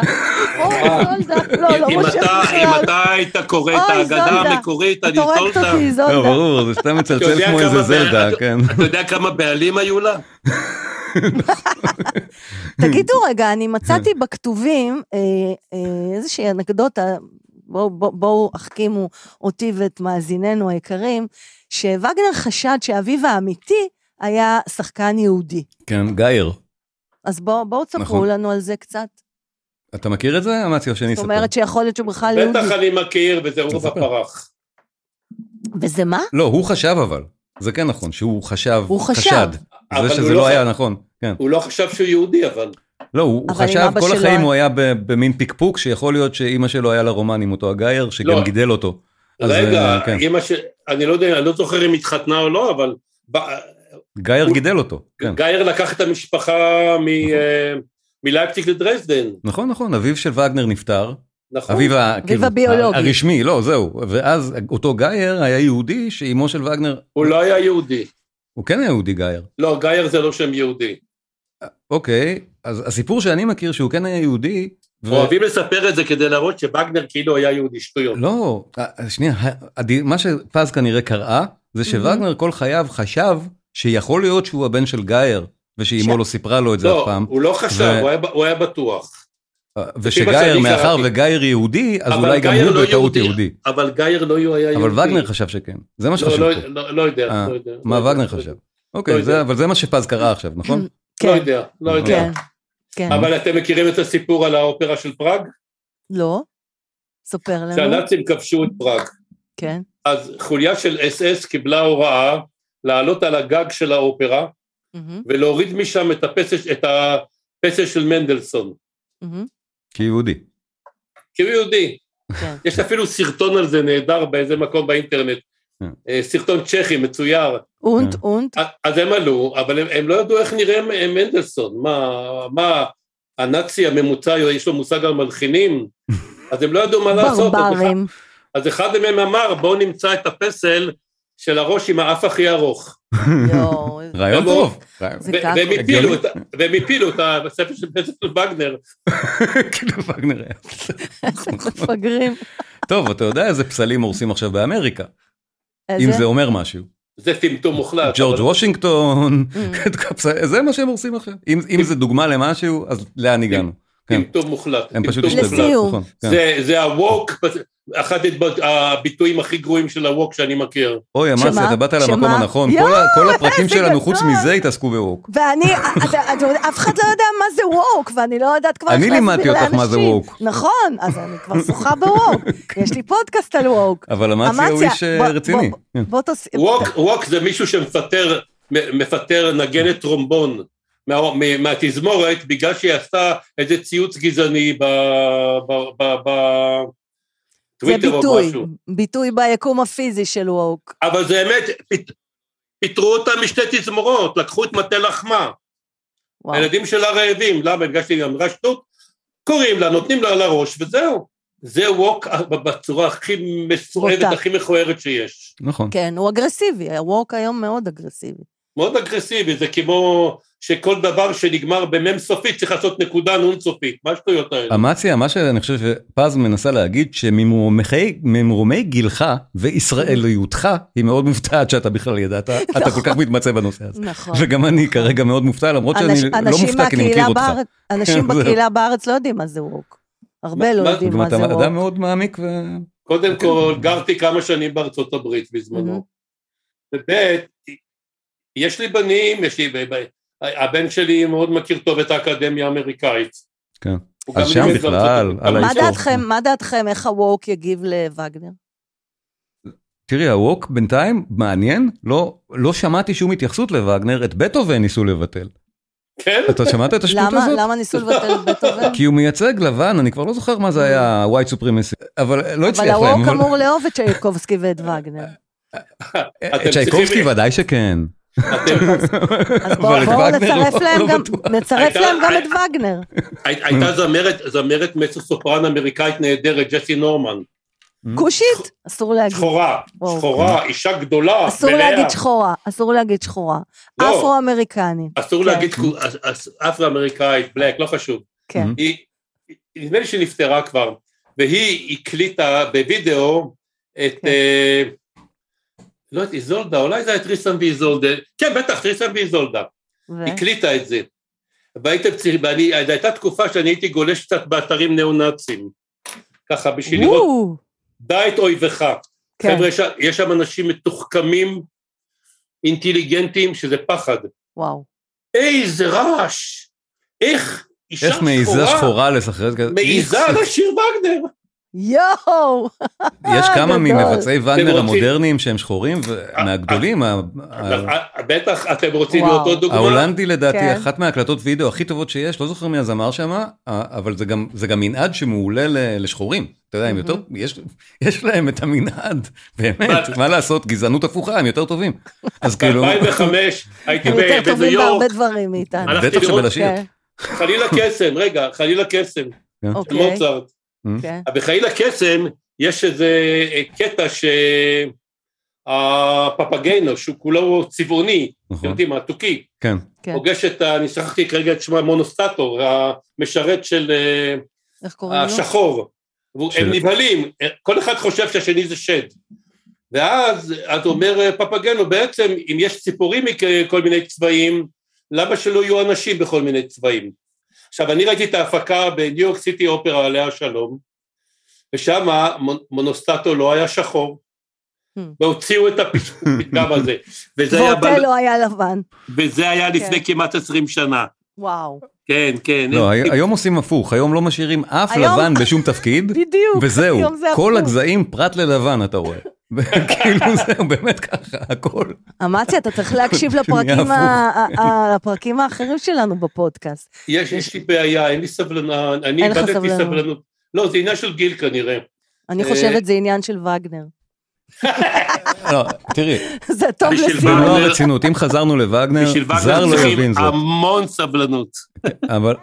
או איזולדה, לא, לא
אם
משה
אתה- אם
בכלל.
אתה היית קורא את
אוי,
ההגדה
זולדה.
המקורית, אני
אתה הורגת
זולדה.
אותי,
לא,
איזולדה.
ברור, זה שאתה
אתה יודע
מצלצל כמו איזה
כמה
זלדה,
בעיה-
כן.
אתה יודע כמה בעלים היו לה?
תגידו רגע, אני מצאתי בכתובים אה, אה, איזושהי אנקדוטה, בואו בוא, בואו החכימו אותי ואת מאזיננו היקרים, שווגנר חשד שאביו האמיתי היה שחקן יהודי.
כן, גייר.
אז בואו בוא תספרו
נכון.
נכון. לנו על זה קצת.
אתה מכיר את זה, אמציה, או שאני
זאת
אספר?
אומרת שיכול להיות שהוא בכלל יהודי.
בטח אני מכיר, וזה עורף
תספר.
הפרח.
וזה מה?
לא, הוא חשב אבל. זה כן נכון, שהוא חשב,
הוא חשב.
חשד.
אבל
זה
הוא
שזה
לא
לא
ח-
היה נכון, כן.
הוא לא חשב שהוא יהודי, אבל.
לא, הוא הוא
אבל עם
חשב,
אבא
כל
שלו
החיים
היה-
הוא היה ב- במין פקפוק, שיכול להיות שאימא שלו היה לה רומן עם אותו הגייר, שגם
לא.
גידל אותו. אז,
רגע,
אה, כן.
אמא ש... אני לא יודע, אני לא זוכר אם התחתנה או לא, אבל ב-
גייר
הוא-
גידל אותו, כן.
גייר לקח את המשפחה מ... אה, מלייפציג לדרזדן,
נכון, נכון, אביו של וגנר נפטר,
נכון?
אביו ה-
אביו
כאילו,
הביולוגי.
הרשמי, לא, זהו. ואז אותו גייר היה יהודי שאימו של וגנר,
הוא לא היה יהודי.
הוא כן היה יהודי גייר.
לא, גייר זה לא שם יהודי.
אוקיי, אז הסיפור שאני מכיר שהוא כן היה יהודי, ו-
אוהבים לספר את זה כדי להראות שווגנר כאילו היה יהודי, שטויות.
לא, אה, שנייה, הד- מה שפז כנראה קראה,
Mhm.
זה שווגנר כל חייו חשב שיכול להיות שהוא הבן של גייר, ושאימו
ש-
לא סיפרה לו את זה אף
לא,
פעם,
הוא לא חשב,
ו-
הוא היה ב- הוא היה בטוח.
אה,
לפי מה
ושגייר,
שאני
מאחר
קראתי.
וגייר יהודי, אז
אבל
אולי גם
גייר
הוא
לא
בטעות
יהודי.
יהודי.
אבל גייר לא היה יהודי.
אבל וגנר חשב שכן, זה מה
לא,
שחשוב
לא,
פה.
לא, לא יודע,
אה,
לא יודע.
מה
לא יודע,
וגנר
לא
חשב?
יודע.
אוקיי,
לא
זה-
יודע.
אבל זה מה שפז קראה עכשיו, נכון?
לא
כן,
יודע, לא
אוקיי.
יודע.
כן, כן.
אבל אתם מכירים את הסיפור על האופרה של פראג?
לא? ספר לנו.
כשהנאצים כבשו את פראג.
כן.
אז חוליה של אס אס קיבלה הוראה לעלות על הגג של האופרה
מהמם,
ולהוריד משם את הפסל, את הפסל של מנדלסון.
מהמם,
כיהודי.
כי הוא יהודי.
כן.
יש אפילו סרטון על זה נהדר באיזה מקום באינטרנט.
כן.
אה, סרטון צ'כי מצויר.
אונט,
כן.
אונט.
אז- אז הם עלו, אבל הם, הם לא ידעו איך נראה מ- מנדלסון. מה, מה הנאצי הממוצע, יש לו מושג על מלחינים? אז הם לא ידעו מה לעשות. אז אחד-
ברברים.
אז אחד מהם אמר, בואו נמצא את הפסל של הראש עם האף הכי ארוך.
יואו, איזה-
רעיון
זה
טוב. רעיון-
זה
ו-
ככה.
והם הפילו
הגיוני.
את ה- והם הפילו את הספר של פסל של וגנר.
כאילו וגנר היה.
מפגרים.
טוב, אתה יודע איזה פסלים הורסים עכשיו באמריקה, אם
איזה?
זה אומר משהו.
לא,
זה טמטום מוחלט.
ג'ורג'
אבל-
וושינגטון,
Mm.
את כל הפס- זה מה שהם עושים עכשיו. אם- אם זה דוגמה למשהו, אז לאן הגענו? כן.
טמטום מוחלט.
הם פשוט
טמטום
השתגעו.
מוחלט.
לסיום.
נכון, כן.
זה- זה הווק, אחד התב- הביטויים הכי גרועים של הווק שאני מכיר.
אוי,
שמה?
אמציה, אתה באת למקום
שמה?
הנכון.
יואו,
כל ה- כל הפרקים
איזה
שלנו,
גדול.
חוץ מזה, התעסקו בווק.
ואני, אתה- אתה יודע, אף אחד לא יודע מה זה ווק, ואני לא יודעת כבר איך
אני
להסביר לאנשים.
לימדתי אותך מה זה woke.
נכון, אז אני כבר שוחה בווק. יש לי פודקאסט על ווק.
אבל אמציה הוא
אמציה,
איש אה,
בוא-
רציני.
בוא-
כן.
בוא תוס...
ווק- ווק זה מישהו שמפטר מ- מפטר נגנת טרומבון. מה- מ- מהתזמורת בגלל שהיא עשתה איזה ציוץ גזעני בטוויטר
זה
או
ביטוי,
משהו.
ביטוי ביקום הפיזי של ווק.
אבל זה אמת, פת- פיטרו אותה משתי תזמורות, לקחו את מטה לחמה.
וואו.
הילדים שלה רעבים, למה? בגלל שהיא אמרה שטות? קוראים לה, נותנים לה על הראש, וזהו. זה ווק בצורה הכי מסוערת,
בוטה.
הכי מכוערת שיש.
נכון.
כן, הוא אגרסיבי, הווק היום מאוד אגרסיבי.
מאוד אגרסיבי, זה כמו שכל דבר שנגמר במ"ם סופית צריך לעשות נקודה נ"ן סופית, מה השטויות האלה?
אמציה, מה שאני חושב שפז מנסה להגיד, שממרומי גילך וישראליותך, היא מאוד מופתעת שאתה בכלל ידעת, אתה כל כך מתמצא בנושא הזה.
נכון.
וגם אני כרגע מאוד מופתע, למרות שאני לא מופתע כי אני מכיר אותך. כן,
אנשים בקהילה בארץ לא יודעים מה זה ווק. הרבה לא
מה-
יודעים
גם
מה זה
אתה
ווק.
אדם מאוד מעמיק ו...
קודם
אוקיי.
כל, גרתי כמה שנים בארצות הברית בזמנו. וב' יש לי בנים, יש לי... ב- ב- הבן שלי מאוד מכיר טוב את האקדמיה האמריקאית.
כן.
הוא
אז
גם
שם
לימד בארצות
בכלל,
הברית.
על
מה
ההיסטוריה.
דעתכם, מה דעתכם, איך הווק יגיב לווגנר?
תראי, הווק בינתיים, מעניין, לא, לא שמעתי שום התייחסות לווגנר, את בטהובן ניסו לבטל.
כן?
אתה שמעת את השטות
למה,
הזאת?
למה ניסו לבטל את בטהובן?
כי הוא מייצג לבן, אני כבר לא זוכר מה זה היה, white supremacy, אבל לא
אבל
הצליח להם.
הווק אמור לאהוב את צ'ייקובסקי ואת וגנר.
את צ'ייקובסקי ודאי שכן.
אז בואו
אבל את
בואו
וגנר
נצרף
לא-
להם
לא
גם-
בטוח.
נצרף
הייתה-
להם גם
הי-
את וגנר.
הי- הייתה זמרת, זמרת מצו סופרן אמריקאית נהדרת, ג'סי נורמן.
כושית? אסור להגיד.
שחורה,
וואו.
שחורה, אישה גדולה,
אסור
מלאה.
להגיד שחורה, אסור להגיד שחורה.
לא.
אפרו-אמריקנית,
אסור
כן.
להגיד כו- אס- אס- אפרו-אמריקאית, בלק, לא חשוב.
כן.
היא, נדמה לי שהיא נפטרה כבר, והיא הקליטה בווידאו את,
כן.
אה, לא יודעת, איזולדה, אולי זה היה טריסן ואיזולדה, כן, בטח, טריסן ואיזולדה,
ו-
הקליטה את זה. והייתם צריכים, ואני, זו הייתה תקופה שאני הייתי גולש קצת באתרים ניאו-נאצים, ככה, בשביל לראות,
וואו,
דע את אויבך.
כן.
חבר'ה, יש- יש שם אנשים מתוחכמים, אינטליגנטים, שזה פחד.
וואו.
איזה רעש! איך אישה
איך מעיזה שחורה לשחרר כזה?
מעיזה
איך-
לשיר וגנר.
יואו!
יש כמה
גדול.
ממבצעי
אתם
וגנר
רוצים-
המודרניים שהם שחורים, ומהגדולים, ה- ה-
אה, בטח, אתם רוצים
וואו.
לראות עוד דוגמה?
ההולנדי לדעתי
כן.
אחת מההקלטות וידאו הכי טובות שיש, לא זוכר מי הזמר שם, אבל זה גם, זה גם מנעד שמעולה ל- לשחורים. אתה יודע, הם יותר, יש, יש להם את המנעד, באמת,
מה-
מה לעשות, גזענות הפוכה, הם יותר טובים. אז כאילו,
ב-2005 הייתי
הם
ב-
יותר
בניו
טובים
יורק,
בהרבה דברים מאיתנו.
הלכתי
בטח
לראות-
שבלשיר.
כן,
חלילה קסם, רגע, חלילה קסם,
לא
של
אוקיי,
מוצרט.
כן.
בחלילה קסם יש איזה אה, קטע שהפפגיינו, שהוא כולו צבעוני, אתם
נכון,
יודעים, התוכי,
כן.
כן.
פוגש את, ה- אני שכחתי כרגע את שמה, מונוסטטור, המשרת של אה,
איך קוראים לו?
השחור. והוא-
של-
הם נבהלים, כל אחד חושב שהשני זה שד. ואז אז אומר אה, פפגנו, בעצם אם יש ציפורים מכל מיני צבעים, למה שלא יהיו אנשים בכל מיני צבעים? עכשיו, אני ראיתי את ההפקה בניו יורק סיטי אופרה עליה השלום, ושם מונוסטטו לא היה שחור,
Hmm.
והוציאו את הפתגם הזה. וזה היה, ב-
ואוטלו לא היה לבן.
וזה היה לפני
כן.
כמעט עשרים שנה.
וואו.
כן, כן.
לא,
הם-
הי- היום עושים הפוך, היום לא משאירים אף
היום-
לבן בשום תפקיד,
בדיוק.
וזהו,
היום זה
כל
הפוך.
הגזעים פרט ללבן אתה רואה. כאילו זהו, באמת ככה, הכל.
אמציה, אתה צריך להקשיב
שנייה,
לפרקים,
הפוך.
ה- ה- ה- לפרקים האחרים שלנו בפודקאסט.
יש, יש לי בעיה, אין לי סבלנות, אני
אין לך
איבדתי
סבלנות.
סבלנות. לא, זה עניין של גיל כנראה.
אני
אה.
חושבת זה עניין של וגנר.
לא, תראי,
זה טוב
בשביל
לסיום.
במלוא
וגנר-
הרצינות, אם חזרנו לווגנר,
בשביל
זר
וגנר
לא
צריכים
יבין זאת.
המון סבלנות.
אבל,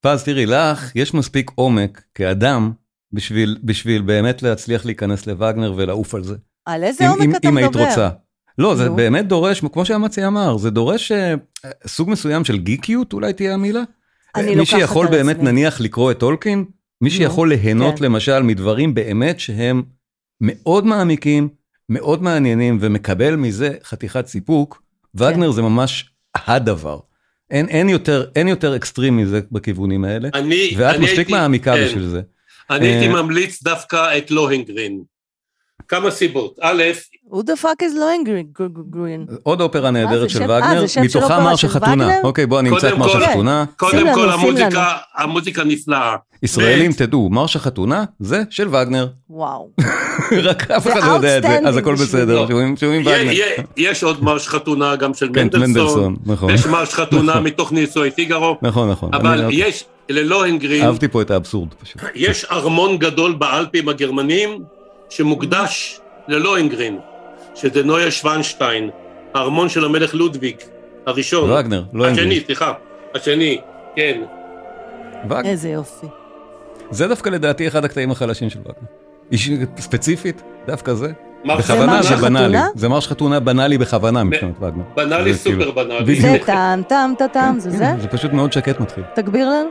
פז, תראי, לך יש מספיק עומק כאדם בשביל, בשביל באמת להצליח להיכנס לווגנר ולעוף על זה.
על איזה עומק אתה
אם היית
מדבר?
רוצה. לא, זה
נו.
באמת דורש, כמו שהמצי אמר, זה דורש אה, סוג מסוים של גיקיות, אולי תהיה המילה.
אני
מי
לוקחת
שיכול
על
באמת,
עצמי.
נניח, לקרוא את טולקין, מי
נו,
שיכול ליהנות
כן.
למשל מדברים באמת שהם מאוד מעמיקים, מאוד מעניינים, ומקבל מזה חתיכת סיפוק,
כן.
וגנר זה ממש הדבר. אין, אין, יותר, אין יותר אקסטרים מזה בכיוונים האלה,
אני,
ואת
אני
מספיק
הייתי-
מעמיקה
כן.
בשביל זה.
אני הייתי
אה.
ממליץ דווקא את לוהנגרין. כמה סיבות. א',
Who the fuck is לא לוינגרין? גרין.
עוד אופרה
זה
נהדרת של
שם- אה,
וגנר,
זה שם של
מתוכה
אופרה
מרשה
של
חתונה.
וגנר? כן.
אוקיי, בוא אני אמצא את
קודם
מרשה
כל-
חתונה.
קודם
לנו, שים
כל המוזיקה, המוזיקה נפלאה.
ישראלים, תדעו, מרשה חתונה זה של וגנר.
וואו.
רק אף אחד לא יודע את זה, אז הכל
outstanding
בסדר,
בשבילו.
שומעים- שומעים
יה-
וגנר.
יה- יש עוד מרש חתונה גם של
כן,
מנדלסון.
מנדלסון, נכון.
יש מרש חתונה מתוך נישואי פיגארו.
נכון, נכון.
אבל
אני-
יש, ללוהנגרין,
אהבתי פה את האבסורד פשוט.
יש ארמון גדול באלפים הגרמנים שמוקדש ללוהנגרין, שזה נויה שוונשטיין, הארמון של המלך לודוויג, הראשון.
וגנר, לא
השני,
אנגלית.
סליחה, השני, כן.
וגנר.
איזה יופי.
כן. זה דווקא לדעתי אחד הקטעים החלשים של וגנר. איש- ספציפית, דווקא זה. בכוונה
ממש
זה בנאלי.
חתונה?
זה ממש חתונה בנאלי בכוונה מבחינת וגנר.
בנאלי,
זה כאילו-
סופר בנאלי.
בדיוק.
זה טעם, טעם, טעם, טעם, זה
כן,
זה?
זה פשוט מאוד שקט מתחיל.
תגביר לנו.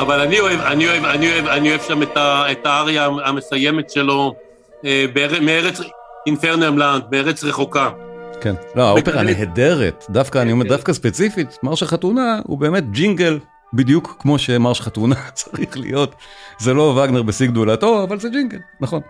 אבל אני אוהב, אני אוהב, אני אוהב, אני אוהב שם את, ה, את האריה המסיימת שלו, אה, באר- מארץ אינפרנם לנד, מארץ רחוקה.
כן. לא, האופרה
בגלל-
נהדרת. דווקא, אני אומר,
כן.
דווקא ספציפית, מרש החתונה הוא באמת ג'ינגל בדיוק כמו שמרש חתונה צריך להיות. זה לא וגנר בשיא גדולתו, אבל זה ג'ינגל, נכון.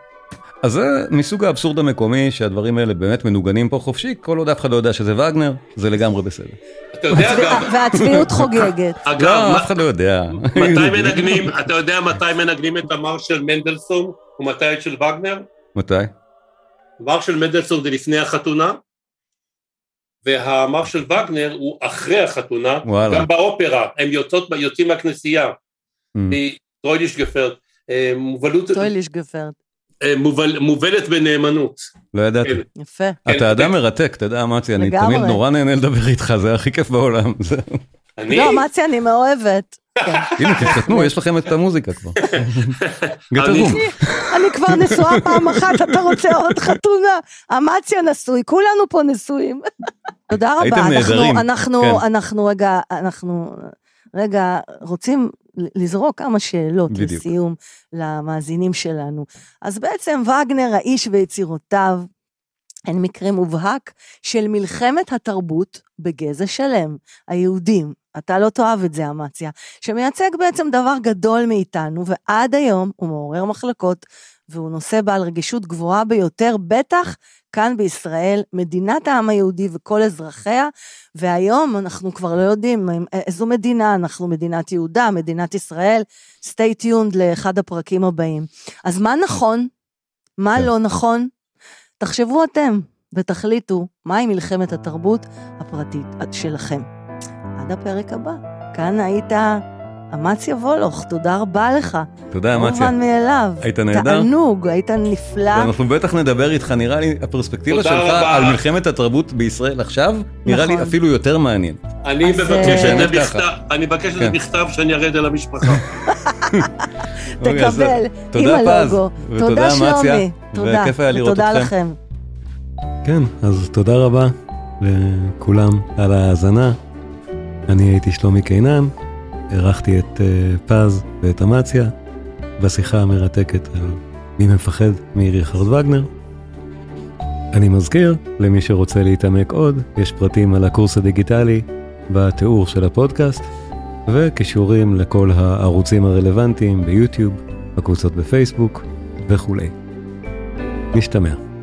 אז זה מסוג האבסורד המקומי שהדברים האלה באמת מנוגנים פה חופשי, כל עוד אף אחד לא יודע שזה וגנר, זה לגמרי בסדר.
אתה יודע גם,
וה- והצביעות חוגגת.
אגב,
לא,
מה-
אף לא. אחד לא יודע.
מתי מנגנים, אתה יודע מתי מנגנים את המר של מנדלסון ומתי את של וגנר?
מתי?
המר של מנדלסון זה לפני החתונה, והמר של וגנר הוא אחרי החתונה,
וואלה.
גם באופרה, הם יוצאות, יוצאים מהכנסייה,
Mm,
טרוידיש גפרט, אה, מובלות-
טויליש גפרט.
אה, מובל- מובלת בנאמנות.
לא ידעתי.
כן.
יפה.
אתה
כן,
אדם
כן.
מרתק, אתה יודע, אמציה, אני
לגמרי.
תמיד נורא נהנה לדבר איתך, זה הכי כיף בעולם. זה-
אני?
לא, מצי, אני מאוהבת. כן.
הנה, תתחתנו, יש לכם את המוזיקה כבר. גטרום.
אני כבר נשואה פעם אחת, אתה רוצה עוד חתונה? אמציה נשוי, כולנו פה נשואים. תודה רבה.
הייתם
אנחנו-
נהדרים.
אנחנו,
כן.
אנחנו רגע, אנחנו רגע רוצים ל- לזרוק כמה שאלות
בדיוק.
לסיום למאזינים שלנו. אז בעצם וגנר, האיש ויצירותיו, הן מקרה מובהק של מלחמת התרבות בגזע שלם, היהודים. אתה לא תאהב את זה, אמציה, שמייצג בעצם דבר גדול מאיתנו, ועד היום הוא מעורר מחלקות, והוא נושא בעל רגישות גבוהה ביותר, בטח כאן בישראל, מדינת העם היהודי וכל אזרחיה, והיום אנחנו כבר לא יודעים אם- איזו מדינה, אנחנו מדינת יהודה, מדינת ישראל, stay tuned לאחד הפרקים הבאים. אז מה נכון? מה
כן.
לא נכון? תחשבו אתם ותחליטו מהי מלחמת התרבות הפרטית שלכם. עד הפרק הבא, כאן היית אמציה וולוך, תודה רבה לך.
תודה,
לא
אמציה.
מובן מאליו.
היית נהדר.
תענוג, היית נפלא.
ואנחנו בטח נדבר איתך, נראה לי, הפרספקטיבה
תודה
שלך
רבה.
על מלחמת התרבות בישראל עכשיו, נראה לי
נכון.
אפילו יותר מעניין.
אני
אז, אה,
מבקש את זה
באמת ככה.
בכתב, אני מבקש את זה
כן.
בכתב שאני ארד אל המשפחה.
אוקיי, אז
תקבל, עם
תודה, פז.
הלוגו.
ותודה,
תודה,
אמציה.
שלומי. תודה.
וכיף היה לראות
ותודה
אתכם.
לכם.
כן, אז תודה רבה לכולם על ההאזנה. אני הייתי שלומי קינן, אירחתי את אה, פז ואת אמציה בשיחה המרתקת על מי מפחד מריכרד וגנר. אני מזכיר, למי שרוצה להתעמק עוד, יש פרטים על הקורס הדיגיטלי בתיאור של הפודקאסט, וקישורים לכל הערוצים הרלוונטיים ביוטיוב, הקבוצות בפייסבוק וכולי. נשתמע.